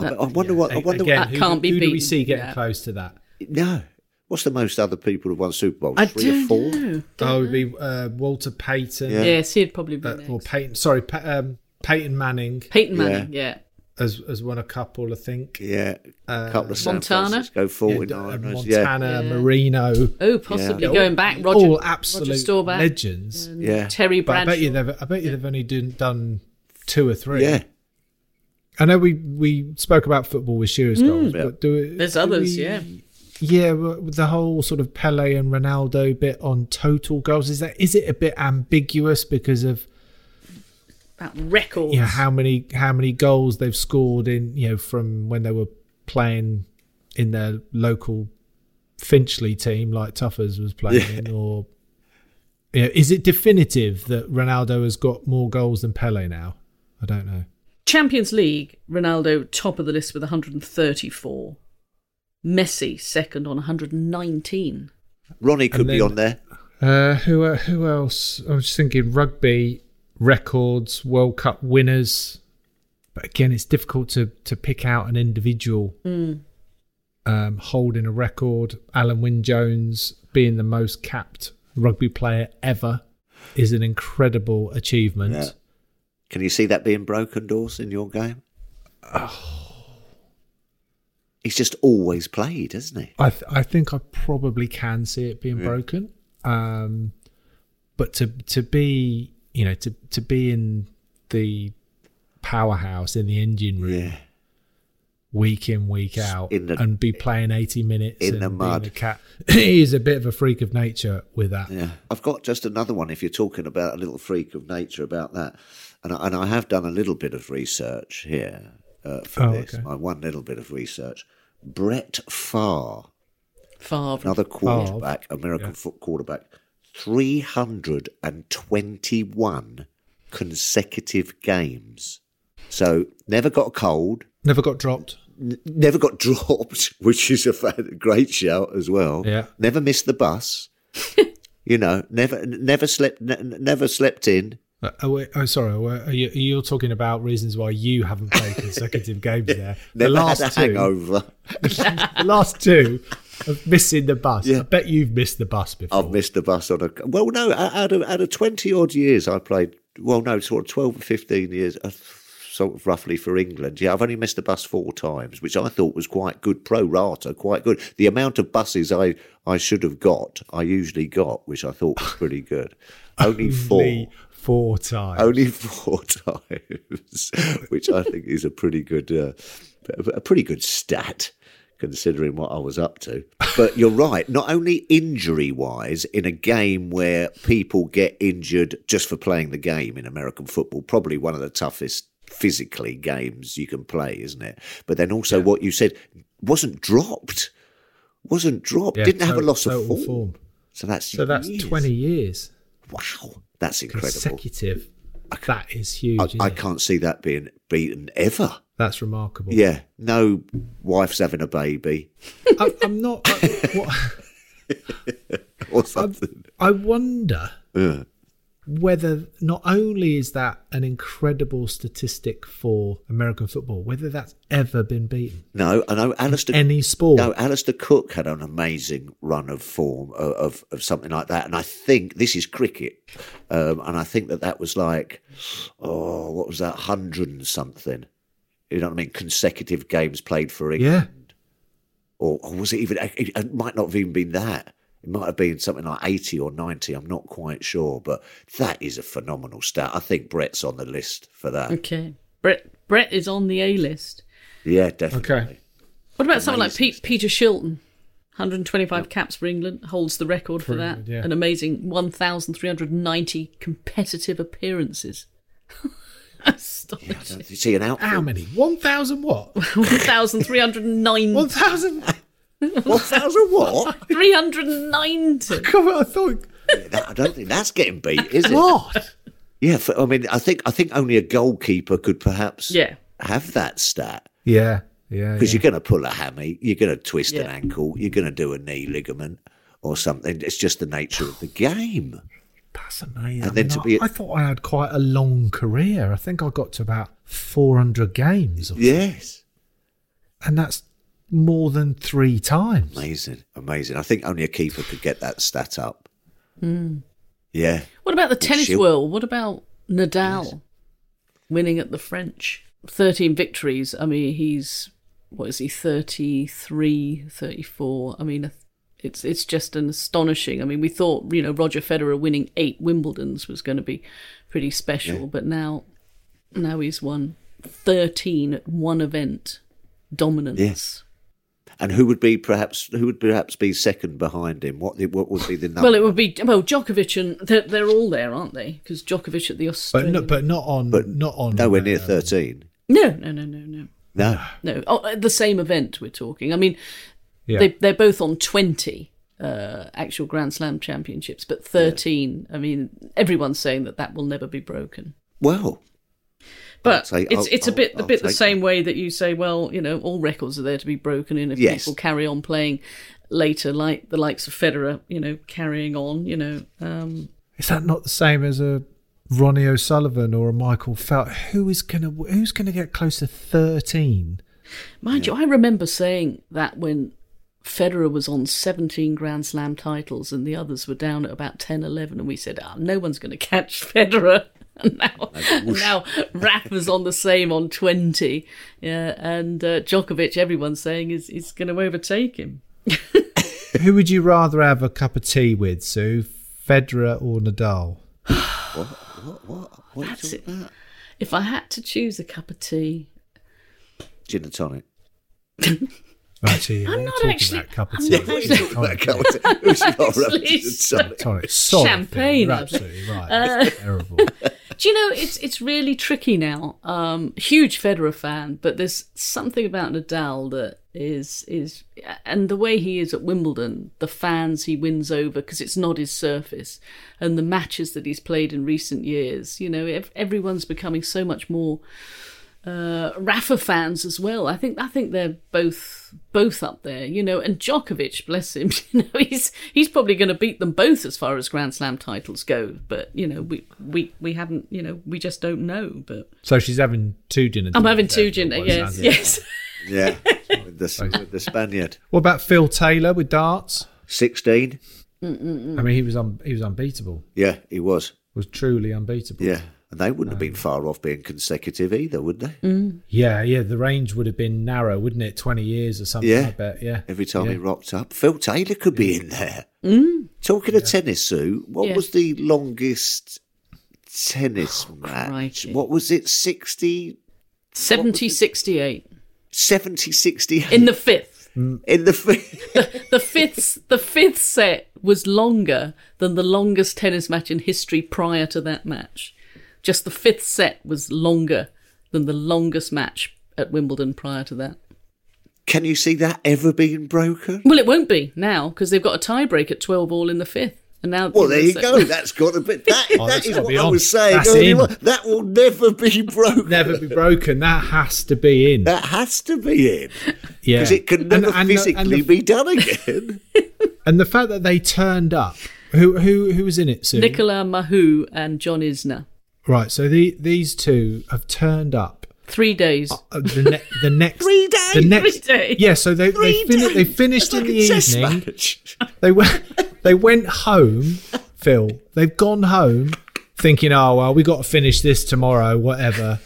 Speaker 2: I, I wonder
Speaker 3: yeah.
Speaker 2: what. I
Speaker 3: A-
Speaker 2: wonder.
Speaker 3: again,
Speaker 1: That
Speaker 3: who,
Speaker 1: can't be
Speaker 3: who do we
Speaker 1: beaten.
Speaker 3: see getting
Speaker 1: Yeah.
Speaker 3: close to that?
Speaker 2: What, no. What's the most other people who've won Super Bowls?
Speaker 1: I
Speaker 2: Three or
Speaker 1: do
Speaker 2: four?
Speaker 1: know.
Speaker 3: Oh, it would be uh, Walter Payton.
Speaker 2: Yeah.
Speaker 1: Yes, he'd probably be
Speaker 3: Uh,
Speaker 1: next.
Speaker 3: or Peyton, sorry, pa- um, Peyton Manning
Speaker 1: Peyton
Speaker 2: Yeah.
Speaker 1: Manning, yeah.
Speaker 3: has, has won a couple, I think.
Speaker 2: Yeah. A couple of San
Speaker 1: Montana?
Speaker 2: Francisco
Speaker 3: Uh, Yeah,
Speaker 2: 49ers. Yeah.
Speaker 3: uh,
Speaker 2: yeah.
Speaker 3: Montana,
Speaker 1: Yeah.
Speaker 3: Marino,
Speaker 1: Oh, possibly
Speaker 3: Yeah, all-
Speaker 1: going back, Roger,
Speaker 3: all
Speaker 1: Roger
Speaker 3: absolute
Speaker 1: Staubach,
Speaker 3: legends.
Speaker 2: Yeah.
Speaker 1: Terry
Speaker 3: But I
Speaker 1: Bradshaw.
Speaker 3: bet you they've, I bet you they've only done, done two or three.
Speaker 2: Yeah.
Speaker 3: I know we, we spoke about football with Shearer's goals,
Speaker 2: Yeah.
Speaker 3: but do it.
Speaker 1: There's
Speaker 3: do
Speaker 1: others,
Speaker 3: we-
Speaker 1: yeah.
Speaker 3: Yeah, well, with the whole sort of Pele and Ronaldo bit on total goals is that is it a bit ambiguous because of
Speaker 1: About records.
Speaker 3: you know how many how many goals they've scored in you know from when they were playing in their local Finchley team like Tuffers was playing in, or you know, is it definitive that Ronaldo has got more goals than Pele now? I don't know.
Speaker 1: Champions League, Ronaldo top of the list with 134. Messi second on 119.
Speaker 2: Ronnie could
Speaker 3: And
Speaker 2: be
Speaker 3: then-
Speaker 2: on there.
Speaker 3: Uh, who uh, who else? I was just thinking rugby records, World Cup winners. But again, it's difficult to to pick out an individual um, holding a record. Alan Wynne Jones being the most capped rugby player ever is an incredible achievement.
Speaker 2: Yeah. Can you see that being broken, Dawes, in your game? He's just always played, hasn't he?
Speaker 3: I th- I think I probably can see it being broken. Um, but to to be you know to to be in the powerhouse in the engine room
Speaker 2: Yeah.
Speaker 3: week in week out
Speaker 2: In the-
Speaker 3: and be playing 80 minutes
Speaker 2: in
Speaker 3: and
Speaker 2: the
Speaker 3: being
Speaker 2: mud.
Speaker 3: a cat he is a bit of a freak of nature with that
Speaker 2: Yeah. I've got just another one if you're talking about a little freak of nature about that. And I, and I have done a little bit of research here uh, for
Speaker 3: Oh,
Speaker 2: this.
Speaker 3: okay.
Speaker 2: My one little bit of research. Brett Favre,
Speaker 1: Favre.
Speaker 2: another quarterback, American foot quarterback, 321 consecutive games. So never got a cold,
Speaker 3: never got dropped
Speaker 2: n- never got dropped, which is a fa- great shout as well.
Speaker 3: Yeah.
Speaker 2: Never missed the bus. you know, never n- never slept n- n- never slept in.
Speaker 3: Uh, oh, wait, oh, sorry. oh, Are you, you're talking about reasons why you haven't played consecutive games there. The
Speaker 2: Never
Speaker 3: last
Speaker 2: had a
Speaker 3: two,
Speaker 2: hangover.
Speaker 3: the last two of missing the bus.
Speaker 2: Yeah.
Speaker 3: I bet you've missed the bus before.
Speaker 2: I've missed the bus on a. Well, no, o- out of out of twenty odd years, I played. Well, no, sort of twelve or fifteen years, uh, sort of roughly for England. Yeah, I've only missed the bus four times, which I thought was quite good pro rata, quite good. The amount of buses I I should have got, I usually got, which I thought was pretty good. Only four. Oh,
Speaker 3: Only four times.
Speaker 2: Only four times, which I think is a pretty good, uh, a pretty good stat, considering what I was up to. But you're right. Not only injury-wise, in a game where people get injured just for playing the game in American football, probably one of the toughest physically games you can play, isn't it? But then also what you said wasn't dropped, wasn't dropped.
Speaker 3: Yeah,
Speaker 2: Didn't have a
Speaker 3: total-
Speaker 2: loss of
Speaker 3: total
Speaker 2: form. So that's
Speaker 3: So that's
Speaker 2: years.
Speaker 3: 20 years
Speaker 2: Wow, that's incredible.
Speaker 3: consecutive. That is huge.
Speaker 2: I,
Speaker 3: isn't
Speaker 2: I
Speaker 3: it?
Speaker 2: can't see that being beaten ever.
Speaker 3: That's remarkable.
Speaker 2: Yeah, no wife's having a baby
Speaker 3: I, I'm not. I, what,
Speaker 2: or something.
Speaker 3: I wonder
Speaker 2: Yeah.
Speaker 3: whether not only is that an incredible statistic for American football, whether that's ever been beaten
Speaker 2: No, I know Alistair.
Speaker 3: any sport.
Speaker 2: No, Alistair Cook had an amazing run of form of, of, of something like that. And I think this is cricket. Um, and I think that that was like, oh, what was that? 100 and something. You know what I mean? Consecutive games played for England.
Speaker 3: Yeah,
Speaker 2: Or, or was it even, it it might not have even been that. It might have been something like 80 or 90. I'm not quite sure. But that is a phenomenal stat. I think Brett's on the list for that.
Speaker 3: Mm.
Speaker 1: Okay. Brett Brett is on the A list.
Speaker 2: Yeah, definitely.
Speaker 3: Okay.
Speaker 1: What about someone like Pete, Peter Shilton? 125 caps for England, holds the record for that.
Speaker 3: Brilliant, yeah.
Speaker 1: An amazing 1,390 competitive appearances.
Speaker 2: Yeah, I
Speaker 1: Astonishing.
Speaker 2: don't see an outfit.
Speaker 3: how many? One thousand what?
Speaker 1: 1,309.
Speaker 3: One thousand?
Speaker 2: 1,000 what?
Speaker 1: 390.
Speaker 3: Come on, I thought
Speaker 2: That- I don't think that's getting beat, is it?
Speaker 3: what?
Speaker 2: Yeah, for, I mean, I think I think only a goalkeeper could perhaps
Speaker 1: Yeah. Oh,
Speaker 2: have that stat
Speaker 3: Yeah, yeah.
Speaker 2: because you're going to pull a hammy, you're going to twist an
Speaker 1: Yeah.
Speaker 2: ankle, you're going to do a knee ligament or something. It's just the nature of the game.
Speaker 3: That's amazing.
Speaker 2: And then
Speaker 3: I, mean,
Speaker 2: to
Speaker 3: I-
Speaker 2: be-
Speaker 3: I thought I had quite a long career. I think I got to about 400 games, or-
Speaker 2: Yes,
Speaker 3: and that's more than three times.
Speaker 2: amazing, amazing. I think only a keeper could get that stat up.
Speaker 1: Hmm.
Speaker 2: Yeah,
Speaker 1: What about the tennis
Speaker 2: Shil-
Speaker 1: world? What about Nadal winning at the French? 13 victories. I mean, he's, what is he, 33, 34? I mean, it's it's just an astonishing. I mean, we thought, you know, Roger Federer winning eight Wimbledons was going to be pretty special, but now now he's won 13 at one event dominance.
Speaker 2: and who would be perhaps who would perhaps be second behind him? What what would be the number?
Speaker 1: Well, it would be, well, Djokovic and they're, they're all there, aren't they? Because Djokovic at the
Speaker 3: But,
Speaker 1: Australian.
Speaker 3: no, but not on.
Speaker 2: but
Speaker 3: not on.
Speaker 2: nowhere near
Speaker 3: uh,
Speaker 1: Um,
Speaker 2: thirteen.
Speaker 1: no, no, no, no, no.
Speaker 2: No,
Speaker 1: No, oh, at the same event we're talking. I mean,
Speaker 3: Yeah.
Speaker 1: they they're both on twenty uh, actual Grand Slam championships, but thirteen. I mean, everyone's saying that that will never be broken.
Speaker 2: well,
Speaker 1: But
Speaker 2: take-
Speaker 1: it's
Speaker 2: I'll-
Speaker 1: it's a
Speaker 2: I'll-
Speaker 1: bit a
Speaker 2: I'll
Speaker 1: bit the
Speaker 2: take
Speaker 1: same way that you say, well, you know, all records are there to be broken, and if
Speaker 2: Yes.
Speaker 1: people carry on playing later, like the likes of Federer, you know, carrying on, you know, um,
Speaker 3: Is that not the same as a Ronnie O'Sullivan or a Michael Felt? Who is gonna Who's gonna get close to 13?
Speaker 1: Mind you, I remember saying that when Federer was on 17 Grand Slam titles and the others were down at about 10, 11, and we said, ah, no one's going to catch Federer. And now, and now Rafa's on the same on 20. Yeah, and uh, Djokovic, everyone's saying, is, is going to overtake him.
Speaker 3: Who would you rather have a cup of tea with, Sue? Federer or Nadal?
Speaker 2: what what what
Speaker 1: That's
Speaker 2: is
Speaker 1: it. If I had to choose a cup of tea,
Speaker 2: gin and tonic?
Speaker 3: Actually, yeah,
Speaker 1: I'm
Speaker 3: we're
Speaker 1: not
Speaker 3: talking
Speaker 1: actually-
Speaker 3: about cup of
Speaker 1: I'm
Speaker 3: tea.
Speaker 1: not
Speaker 3: We're
Speaker 1: actually-
Speaker 3: talking about
Speaker 2: That colour. It's not
Speaker 1: Honestly,
Speaker 2: rubbish, it's
Speaker 1: it's
Speaker 2: solid.
Speaker 3: Sorry, sorry,
Speaker 1: Champagne. Uh,
Speaker 3: You're absolutely right. That's terrible.
Speaker 1: Do you know it's it's really tricky now. Um, huge Federer fan, but there's something about Nadal that is is and the way he is at Wimbledon, the fans he wins over because it's not his surface, and the matches that he's played in recent years. You know, ev- everyone's becoming so much more uh, Rafa fans as well. I think I think they're both both up there, you know. And Djokovic, bless him, you know, he's he's probably going to beat them both as far as Grand Slam titles go. But you know, we we we haven't, you know, we just don't know. But
Speaker 3: So she's having two dinner.
Speaker 1: I'm
Speaker 3: dates
Speaker 1: having two
Speaker 3: over
Speaker 1: gin.
Speaker 3: one
Speaker 1: Yes,
Speaker 3: Sunday.
Speaker 1: yes.
Speaker 2: Yeah, with the, with the Spaniard.
Speaker 3: What about Phil Taylor with darts?
Speaker 2: 16?
Speaker 3: I mean, he was un- he was unbeatable.
Speaker 2: Yeah, he was.
Speaker 3: Was truly unbeatable.
Speaker 2: Yeah. And they wouldn't have been
Speaker 1: Um,
Speaker 2: far off being consecutive either, would they?
Speaker 1: Mm.
Speaker 3: yeah, yeah. The range would have been narrow, wouldn't it? Twenty years or something.
Speaker 2: Yeah.
Speaker 3: I bet. Yeah.
Speaker 2: Every time
Speaker 3: yeah.
Speaker 2: he rocked up, Phil Taylor could be in there. Talking of tennis, Sue, what
Speaker 1: Mm. Yeah. Oh,
Speaker 2: was the longest tennis match?
Speaker 1: crikey.
Speaker 2: What was it? 60,
Speaker 1: 70 68
Speaker 2: 70, 60
Speaker 1: in the fifth.
Speaker 2: in the fifth?
Speaker 1: The fifth the fifth set was longer than the longest tennis match in history prior to that match. Just the fifth set was longer than the longest match at Wimbledon prior to that.
Speaker 2: Can you see that ever being broken?
Speaker 1: Well, it won't be now because they've got a tiebreak at 12 all in the fifth. And now,
Speaker 2: Well, there you go. That's got to be that.
Speaker 3: Oh,
Speaker 2: that
Speaker 3: that's
Speaker 2: is
Speaker 3: gotta
Speaker 2: what
Speaker 3: be
Speaker 2: I
Speaker 3: on.
Speaker 2: was saying.
Speaker 3: That's
Speaker 2: earlier
Speaker 3: in.
Speaker 2: on. That will never be broken.
Speaker 3: Never be broken. That has to be in.
Speaker 2: That has to be it
Speaker 3: Yeah,
Speaker 2: because it can
Speaker 3: And-
Speaker 2: never
Speaker 3: and the-
Speaker 2: physically
Speaker 3: and the,
Speaker 2: be done again.
Speaker 3: And the fact that they turned up. Who who who was in it? Sue?
Speaker 1: Nicola Mahou and John Isner.
Speaker 3: Right. So the, these two have turned up
Speaker 1: Three days.
Speaker 2: Ah.
Speaker 3: uh, the, ne- the next
Speaker 2: Three days?
Speaker 3: The next
Speaker 1: Three days.
Speaker 3: Yeah. So they they,
Speaker 2: Three
Speaker 3: fini- they
Speaker 2: days.
Speaker 3: finished
Speaker 2: That's
Speaker 3: in
Speaker 2: like a
Speaker 3: the
Speaker 2: chess
Speaker 3: evening.
Speaker 2: match.
Speaker 3: They went they went home. Phil. They've gone home thinking, oh well, we got to finish this tomorrow, whatever.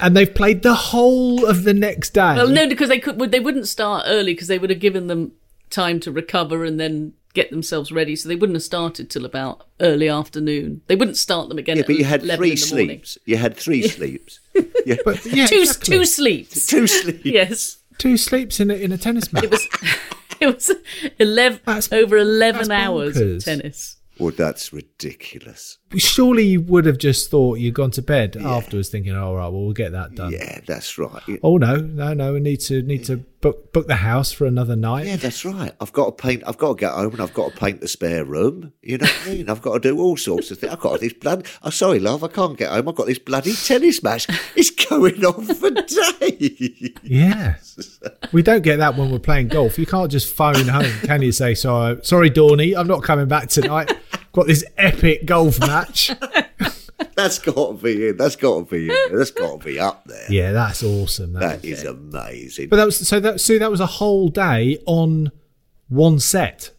Speaker 3: and they've played the whole of the next day.
Speaker 1: Well, no, because they could. would- They wouldn't start early because they would have given them time to recover and then get themselves ready. So they wouldn't have started till about early afternoon. They wouldn't start them again.
Speaker 2: Yeah,
Speaker 1: at
Speaker 2: but you had
Speaker 1: 11
Speaker 2: three
Speaker 1: in the morning.
Speaker 2: sleeps. You had three sleeps. Yeah,
Speaker 3: But yeah,
Speaker 1: Two
Speaker 3: exactly.
Speaker 1: two sleeps.
Speaker 2: two sleeps.
Speaker 1: Yes,
Speaker 3: Two sleeps in a, in a tennis match.
Speaker 1: it was eleven
Speaker 3: That's-
Speaker 1: over eleven
Speaker 3: that's
Speaker 1: hours of
Speaker 3: bonkers.
Speaker 1: tennis.
Speaker 2: Well, that's ridiculous.
Speaker 3: Surely you would have just thought you'd gone to bed afterwards, thinking, "All right, well, we'll get that done."
Speaker 2: Yeah, that's right.
Speaker 3: Oh no, no, no! We need to need to book book the house for another night.
Speaker 2: Yeah, that's right. I've got to paint. I've got to get home and I've got to paint the spare room. You know what I mean? I've got to do all sorts of things. I've got this blood. Oh, sorry, love. I can't get home. I've got this bloody tennis match. It's going on for days.
Speaker 3: Yeah. we don't get that when we're playing golf. You can't just phone home, can you? Say sorry, sorry, Dawny, I'm not coming back tonight. Got this epic golf match.
Speaker 2: That's got to be it. That's got to be it. That's got to be up there.
Speaker 3: Yeah, that's awesome. That.
Speaker 2: That is amazing.
Speaker 3: But that was so that Sue. That was a whole day on one set.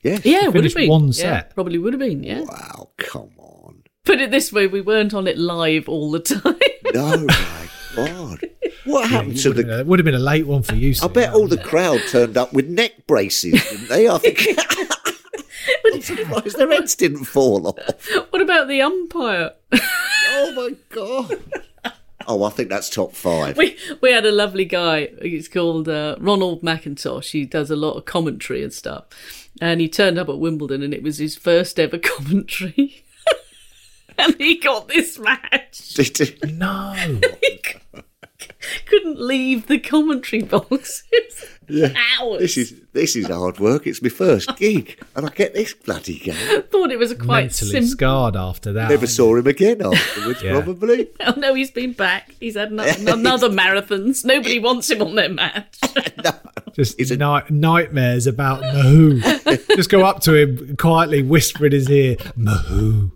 Speaker 2: yes.
Speaker 1: Yeah, it would have
Speaker 3: finished
Speaker 1: been
Speaker 3: one
Speaker 1: Yeah,
Speaker 3: set.
Speaker 1: probably would have been. Yeah.
Speaker 2: Wow. Come on.
Speaker 1: Put it this way, we weren't on it live all the time.
Speaker 2: No, my God. What happened to the?
Speaker 3: It would have been a late one for you.
Speaker 2: I
Speaker 3: Sue,
Speaker 2: bet all the crowd turned up with neck braces, didn't they? I think. I'm surprised their heads didn't fall off.
Speaker 1: what about the umpire?
Speaker 2: Oh my god! Oh, I think that's top five.
Speaker 1: we we had a lovely guy. He's called uh, Ronald McIntosh. He does a lot of commentary and stuff. And he turned up at Wimbledon, and it was his first ever commentary. and he got this match.
Speaker 3: No.
Speaker 1: He c- couldn't leave the commentary box. It was hours.
Speaker 2: this is this is hard work. It's my first gig, and I get this bloody game.
Speaker 1: Thought it was a quite
Speaker 3: mentally
Speaker 1: simple.
Speaker 3: scarred after that.
Speaker 2: Never saw him again afterwards,
Speaker 3: Oh, Yeah.
Speaker 2: probably.
Speaker 1: Oh no, he's been back. He's had another, another marathons. Nobody wants him on their match.
Speaker 3: Just night- nightmares about Mahoo. Just go up to him quietly, whisper in his ear, Mahoo.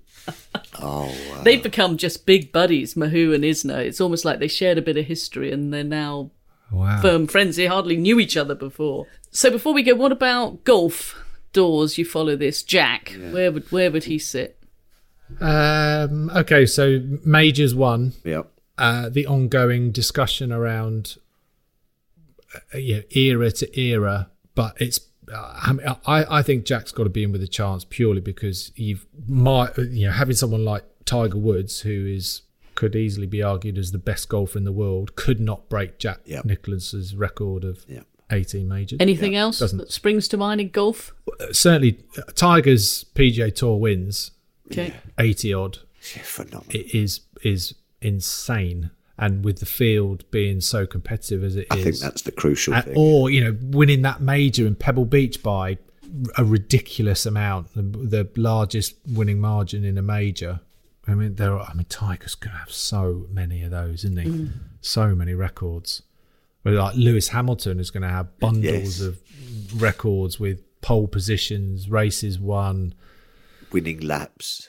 Speaker 1: They've become just big buddies, Mahou and Isna. It's almost like they shared a bit of history, and they're now
Speaker 3: Wow.
Speaker 1: firm friends. They hardly knew each other before. So before we go, what about golf doors? You follow this, Jack. Where would where would he sit?
Speaker 3: Um, okay, so Majors one,
Speaker 2: Yeah.
Speaker 3: uh, the ongoing discussion around uh, yeah, era to era, but it's. Uh, I, mean, I I think Jack's got to be in with a chance purely because you've my you know having someone like Tiger Woods who is could easily be argued as the best golfer in the world could not break Jack
Speaker 2: Yep.
Speaker 3: Nicklaus's record of
Speaker 2: Yep.
Speaker 3: 18 majors.
Speaker 1: Anything else
Speaker 3: doesn't-
Speaker 1: that springs to mind in golf?
Speaker 3: Certainly, uh, Tiger's PGA Tour wins
Speaker 1: Okay.
Speaker 3: 80 odd
Speaker 2: Yeah, phenomenal.
Speaker 3: it is is insane. And with the field being so competitive as it is,
Speaker 2: I think that's the crucial
Speaker 3: and-
Speaker 2: thing.
Speaker 3: or you know, winning that major in Pebble Beach by a ridiculous amount, the, the largest winning margin in a major. I mean, there are. I mean, Tiger's going to have so many of those, isn't he? So many records. But like Lewis Hamilton is going to have
Speaker 2: Yes.
Speaker 3: bundles of records with pole positions, races won.
Speaker 2: Winning laps.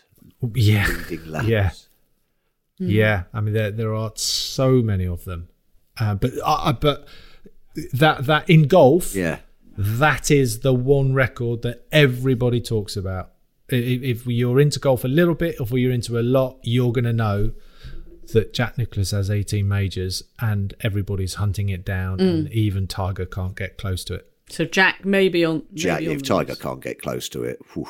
Speaker 3: Yeah,
Speaker 2: Winning laps.
Speaker 3: yeah. Yeah, I mean there there are so many of them, uh, but uh, but that that in golf,
Speaker 2: Yeah.
Speaker 3: that is the one record that everybody talks about. I- i- If you're into golf a little bit, if you're into a lot, you're gonna know that Jack Nicklaus has 18 majors, and everybody's hunting it down, and even Tiger can't get close to it.
Speaker 1: So Jack maybe on maybe
Speaker 2: Jack,
Speaker 1: on
Speaker 2: if
Speaker 1: the
Speaker 2: Tiger
Speaker 1: list.
Speaker 2: can't get close to it, whew.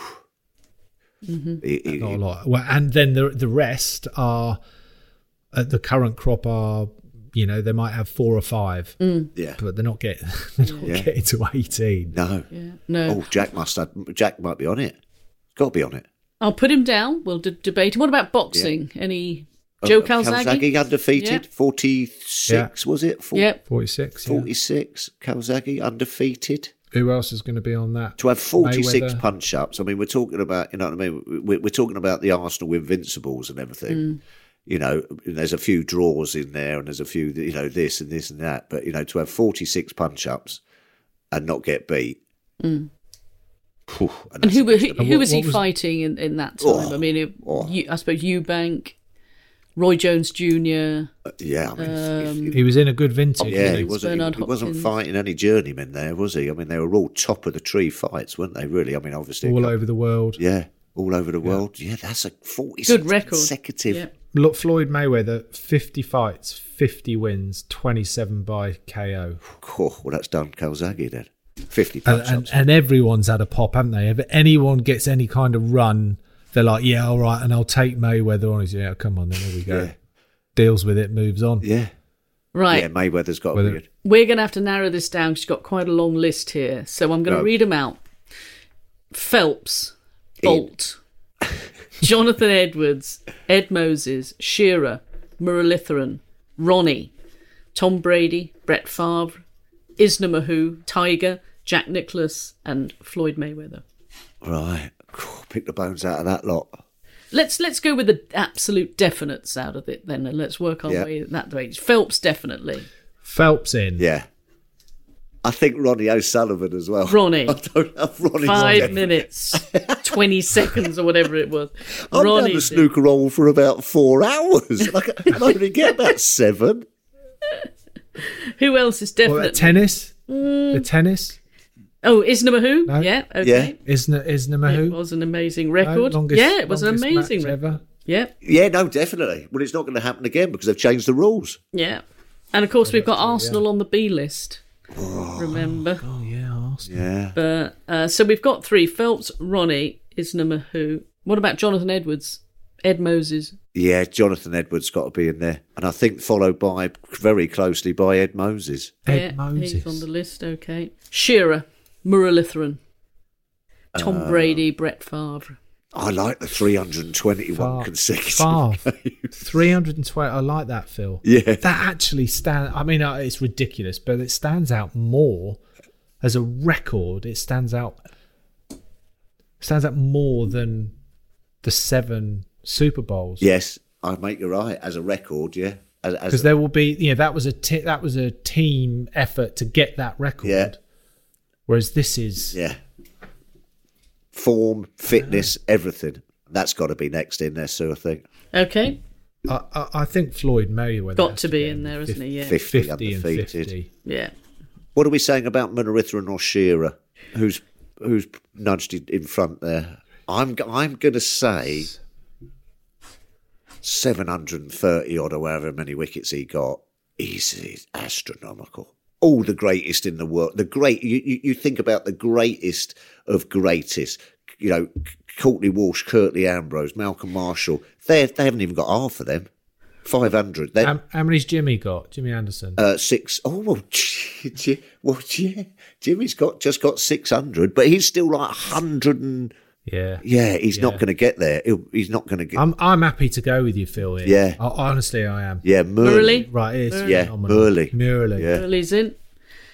Speaker 2: He- he-
Speaker 3: Not a lot. Well, and then the the rest are uh, the current crop are you know they might have four or five.
Speaker 2: yeah.
Speaker 3: but they're not getting they're not
Speaker 2: Yeah.
Speaker 3: getting to 18
Speaker 2: No.
Speaker 1: Yeah. No,
Speaker 2: Oh, Jack must have. Jack might be on it. Got to be on it.
Speaker 1: I'll put him down. We'll d- debate him. What about boxing? Any Joe Calzaghe?
Speaker 2: Calzaghe undefeated,
Speaker 1: Yeah.
Speaker 2: 46 was it? Four-
Speaker 1: Yep.
Speaker 3: 46 yeah.
Speaker 2: 46, Calzaghe undefeated.
Speaker 3: who else is going to be on that?
Speaker 2: to have 46
Speaker 3: Mayweather.
Speaker 2: punch ups. I mean, we're talking about, you know what I mean? We're, we're talking about the Arsenal Invincibles and everything.
Speaker 1: Mm.
Speaker 2: You know, and there's a few draws in there and there's a few, you know, this and this and that. But, you know, to have 46 punch ups and not get beat.
Speaker 1: Mm.
Speaker 2: Phew,
Speaker 1: And
Speaker 2: that's
Speaker 1: who were-
Speaker 2: against
Speaker 1: who,
Speaker 2: the-
Speaker 1: who was he
Speaker 3: what was-
Speaker 1: fighting in, in that time? I mean, it,
Speaker 2: oh.
Speaker 1: you, I suppose Eubank, Roy Jones Jr.
Speaker 2: Yeah, I
Speaker 1: Um,
Speaker 2: mean, if- if-
Speaker 3: He was in a good vintage.
Speaker 2: Oh, yeah, he
Speaker 3: wasn't
Speaker 2: wasn't,
Speaker 1: Bernard
Speaker 2: he, he wasn't
Speaker 1: Hopkins.
Speaker 2: fighting any journeymen there, was he? I mean, they were all top of the tree fights, weren't they, really? I mean, obviously.
Speaker 3: he?
Speaker 2: a
Speaker 3: all
Speaker 2: couple-
Speaker 3: over the world.
Speaker 2: yeah, all over the world. Yeah, that's a 46
Speaker 1: Good record.
Speaker 2: consecutive.
Speaker 1: Yeah.
Speaker 3: Look, Floyd Mayweather, 50 fights, 50 wins, 27 by KO.
Speaker 2: Oh, well, that's done Calzaghe then. 50
Speaker 3: And,
Speaker 2: punch
Speaker 3: and, and everyone's had a pop, haven't they? If anyone gets any kind of run, they're like, yeah, all right, and I'll take Mayweather on. He's, yeah, come on, then there we go.
Speaker 2: Yeah.
Speaker 3: Deals with it, moves on.
Speaker 2: Yeah.
Speaker 1: Right.
Speaker 2: Yeah, Mayweather's got
Speaker 3: Whether-
Speaker 2: a beard.
Speaker 1: We're going to have to narrow this down because you've got quite a long list here. So I'm going to
Speaker 2: No.
Speaker 1: read them out Phelps,
Speaker 2: E.
Speaker 1: Bolt, Jonathan Edwards, Ed Moses, Shearer, Muralitharan, Ronnie, Tom Brady, Brett Favre, Isna Mahu, Tiger, Jack Nicklaus, and Floyd Mayweather.
Speaker 2: Right. Cool, Pick the bones out of that lot.
Speaker 1: Let's let's go with the absolute definites out of it then, and let's work our
Speaker 2: Yeah.
Speaker 1: way that way. Phelps definitely,
Speaker 3: Phelps in.
Speaker 2: Yeah. I think Ronnie O'Sullivan as well.
Speaker 1: Ronnie.
Speaker 2: I don't know if Ronnie's
Speaker 1: five
Speaker 2: on there.
Speaker 1: minutes, twenty seconds, or whatever it was.
Speaker 2: I've done
Speaker 1: Ronnie
Speaker 2: the
Speaker 1: did.
Speaker 2: snooker roll for about four hours. and I can I can only get about seven.
Speaker 1: Who else is
Speaker 3: Well,
Speaker 1: definitely?
Speaker 3: the tennis?
Speaker 1: Mm.
Speaker 3: The tennis?
Speaker 1: oh, is number who?
Speaker 3: No.
Speaker 1: Yeah,
Speaker 2: Yeah.
Speaker 1: okay.
Speaker 3: Isn't Isn't
Speaker 1: It
Speaker 3: Mahu?
Speaker 1: was an amazing record.
Speaker 3: longest,
Speaker 1: yeah, it was an
Speaker 3: longest
Speaker 1: amazing
Speaker 3: match
Speaker 1: record.
Speaker 3: ever.
Speaker 1: Yeah,
Speaker 2: Yeah, no, definitely. Well, it's not going to happen again because they've changed the rules.
Speaker 1: yeah. And of course, we've got Arsenal on the B list. Remember,
Speaker 3: Oh yeah, Arsenal.
Speaker 2: Yeah.
Speaker 1: but uh, so we've got three: Phelps, Ronnie, Isna Mahu. What about Jonathan Edwards, Ed Moses?
Speaker 2: Yeah, Jonathan Edwards got to be in there. And I think followed by, very closely, by Ed Moses.
Speaker 3: Ed
Speaker 1: yeah,
Speaker 3: Moses.
Speaker 1: he's on the list. Okay, Shearer, Muralitharan, Tom
Speaker 3: Uh.
Speaker 1: Brady, Brett Favre.
Speaker 2: I like the 321
Speaker 3: Far-
Speaker 2: consecutive.
Speaker 3: far.
Speaker 2: games.
Speaker 3: 320. I like that, Phil.
Speaker 2: Yeah.
Speaker 3: That actually stand. I mean, uh, it's ridiculous, but it stands out more as a record. It stands out. Stands out more than the seven Super Bowls.
Speaker 2: Yes, I make you right as a record. Yeah, as, as
Speaker 3: Because
Speaker 2: a,
Speaker 3: there will be, you know, that was a t- that was a team effort to get that record.
Speaker 2: Yeah.
Speaker 3: Whereas this is
Speaker 2: yeah, form, fitness, everything. That's got to be next in there, so I think
Speaker 1: Okay,
Speaker 3: I, I, I think Floyd Mayweather
Speaker 1: got
Speaker 3: has
Speaker 1: to be
Speaker 3: get
Speaker 1: in there, isn't he? Yeah,
Speaker 2: 50,
Speaker 3: 50 and
Speaker 2: undefeated.
Speaker 3: 50.
Speaker 1: yeah.
Speaker 2: What are we saying about Munaritharan or Shearer? Who's who's nudged in- in front there? I'm g- I'm gonna say seven hundred and thirty odd or however many wickets he got. He's, he's astronomical. All the greatest in the world. The great. You, you you think about the greatest of greatest. You know, C- Courtney Walsh, Curtly Ambrose, Malcolm Marshall. They they haven't even got half of them. Five hundred. They
Speaker 3: How, how many's Jimmy got? Jimmy Anderson.
Speaker 2: uh, six oh well, Ji- well, yeah. Jimmy's got just got six hundred, but he's still like hundred and
Speaker 3: yeah.
Speaker 2: yeah. He's not going to get there. He'll, he's not going to get.
Speaker 3: I'm I'm happy to go with you, Phil. Here.
Speaker 2: Yeah.
Speaker 3: I, honestly, I am.
Speaker 2: yeah, Murley.
Speaker 1: Murley,
Speaker 3: Right, it's
Speaker 2: Yeah,
Speaker 3: phenomenal.
Speaker 2: Murley.
Speaker 3: Murley.
Speaker 2: Yeah.
Speaker 1: Murley's in.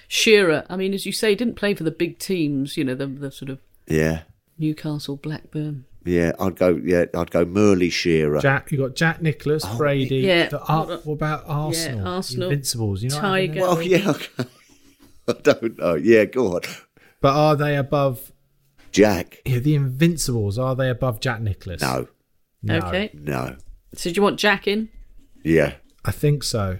Speaker 1: Shearer, I mean, as you say, didn't play for the big teams, you know, the, the sort of
Speaker 2: Yeah,
Speaker 1: Newcastle, Blackburn.
Speaker 2: yeah. I'd go. Yeah, I'd go. Murley Shearer.
Speaker 3: Jack, you got Jack Nicholas,
Speaker 2: Oh,
Speaker 3: Brady.
Speaker 1: yeah.
Speaker 3: The, Ar- what about Arsenal?
Speaker 1: Arsenal,
Speaker 3: Invincibles. You know. what I mean?
Speaker 1: Tiger.
Speaker 2: well, yeah. Okay. I don't know. Yeah, go on.
Speaker 3: But are they above
Speaker 2: Jack.
Speaker 3: yeah, the Invincibles? Are they above Jack Nicholas?
Speaker 2: No,
Speaker 3: No.
Speaker 1: Okay.
Speaker 2: no.
Speaker 1: So do you want Jack in?
Speaker 2: Yeah,
Speaker 3: I think so.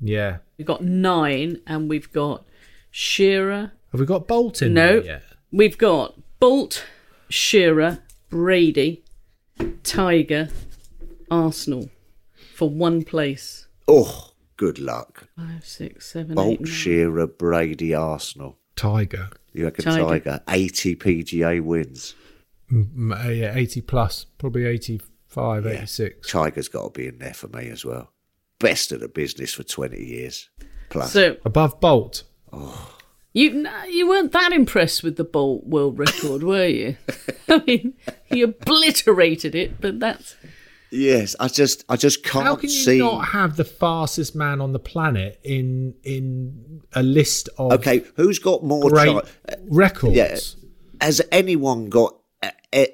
Speaker 3: Yeah.
Speaker 1: We've got nine, and we've got Shearer.
Speaker 3: Have we got Bolton?
Speaker 1: No.
Speaker 3: Yet?
Speaker 1: We've got Bolt, Shearer, Brady, Tiger, Arsenal for one place.
Speaker 2: Oh, good luck.
Speaker 1: Five, six, seven, eight,
Speaker 2: Bolt
Speaker 1: nine.
Speaker 2: Shearer, Brady, Arsenal.
Speaker 3: Tiger.
Speaker 2: You reckon
Speaker 1: Tiger.
Speaker 2: Tiger? Eighty PGA wins.
Speaker 3: Mm, uh, yeah, 80 plus, probably 85, 86.
Speaker 2: Tiger's got to be in there for me as well. Best of the business for 20 years plus.
Speaker 1: So
Speaker 3: Above Bolt.
Speaker 1: You no, you weren't that impressed with the Bolt world record, were you? I mean, he obliterated it, but that's
Speaker 2: Yes, I just, I just can't
Speaker 3: How can you
Speaker 2: see.
Speaker 3: not have the fastest man on the planet in in a list of
Speaker 2: okay, who's got more?
Speaker 3: great
Speaker 2: chance?
Speaker 3: records?
Speaker 2: Yeah. Has anyone got a, a,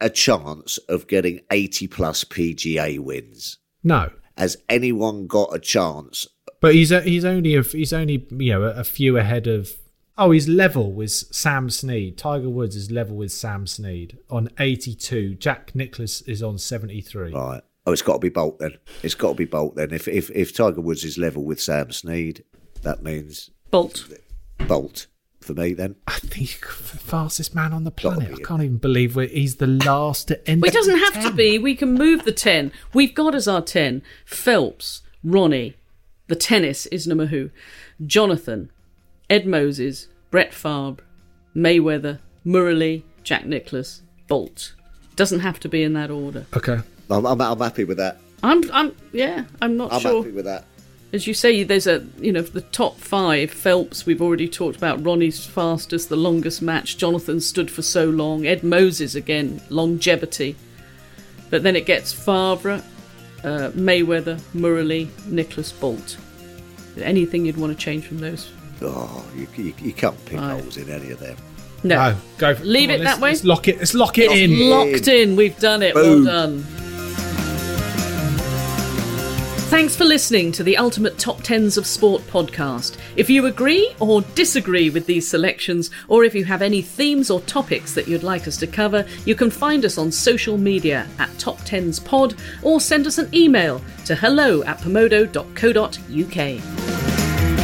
Speaker 2: a chance of getting eighty plus PGA wins?
Speaker 3: No,
Speaker 2: Has anyone got a chance?
Speaker 3: but he's uh, he's only a, he's only you know a few ahead of. Oh, he's level with Sam Snead. Tiger Woods is level with Sam Snead on 82. Jack Nicklaus is on 73.
Speaker 2: Right. Oh, it's got to be Bolt then. It's got to be Bolt then. If if if Tiger Woods is level with Sam Snead, that means
Speaker 1: Bolt.
Speaker 2: Bolt for me then.
Speaker 3: I think he's the fastest man on the
Speaker 2: Gotta
Speaker 3: planet. I
Speaker 2: be.
Speaker 3: can't even believe we're, he's the last to end.
Speaker 1: Well, it
Speaker 3: up
Speaker 1: doesn't
Speaker 3: at
Speaker 1: have to
Speaker 3: 10.
Speaker 1: be. We can move the 10. We've got as our 10 Phelps, Ronnie, the tennis is number who, Jonathan, Ed Moses, Brett Favre, Mayweather, Murray, Jack Nicklaus, Bolt. Doesn't have to be in that order.
Speaker 3: Okay.
Speaker 2: I'm, I'm, I'm happy with that.
Speaker 1: I'm, I'm, yeah, I'm not
Speaker 2: I'm
Speaker 1: sure.
Speaker 2: happy with that.
Speaker 1: As you say, there's a, you know, the top five Phelps, we've already talked about Ronnie's fastest, the longest match. Jonathan stood for so long. Ed Moses, again, longevity. But then it gets Favre, uh, Mayweather, Murray, Nicholas Bolt. Anything you'd want to change from those?
Speaker 2: Oh, you, you, you can't pick
Speaker 1: Right.
Speaker 2: holes in any of them.
Speaker 1: No.
Speaker 3: No, go. For,
Speaker 1: Leave
Speaker 3: come
Speaker 1: it
Speaker 3: on,
Speaker 1: that
Speaker 3: let's-
Speaker 1: way.
Speaker 3: Let's lock it. Let's lock it in.
Speaker 1: Locked in. We've done it.
Speaker 2: Boom.
Speaker 1: Well done. Thanks for listening to the Ultimate Top Tens of Sport podcast. If you agree or disagree with these selections, or if you have any themes or topics that you'd like us to cover, you can find us on social media at Top Tens Pod or send us an email to hello at pomodo.co.uk.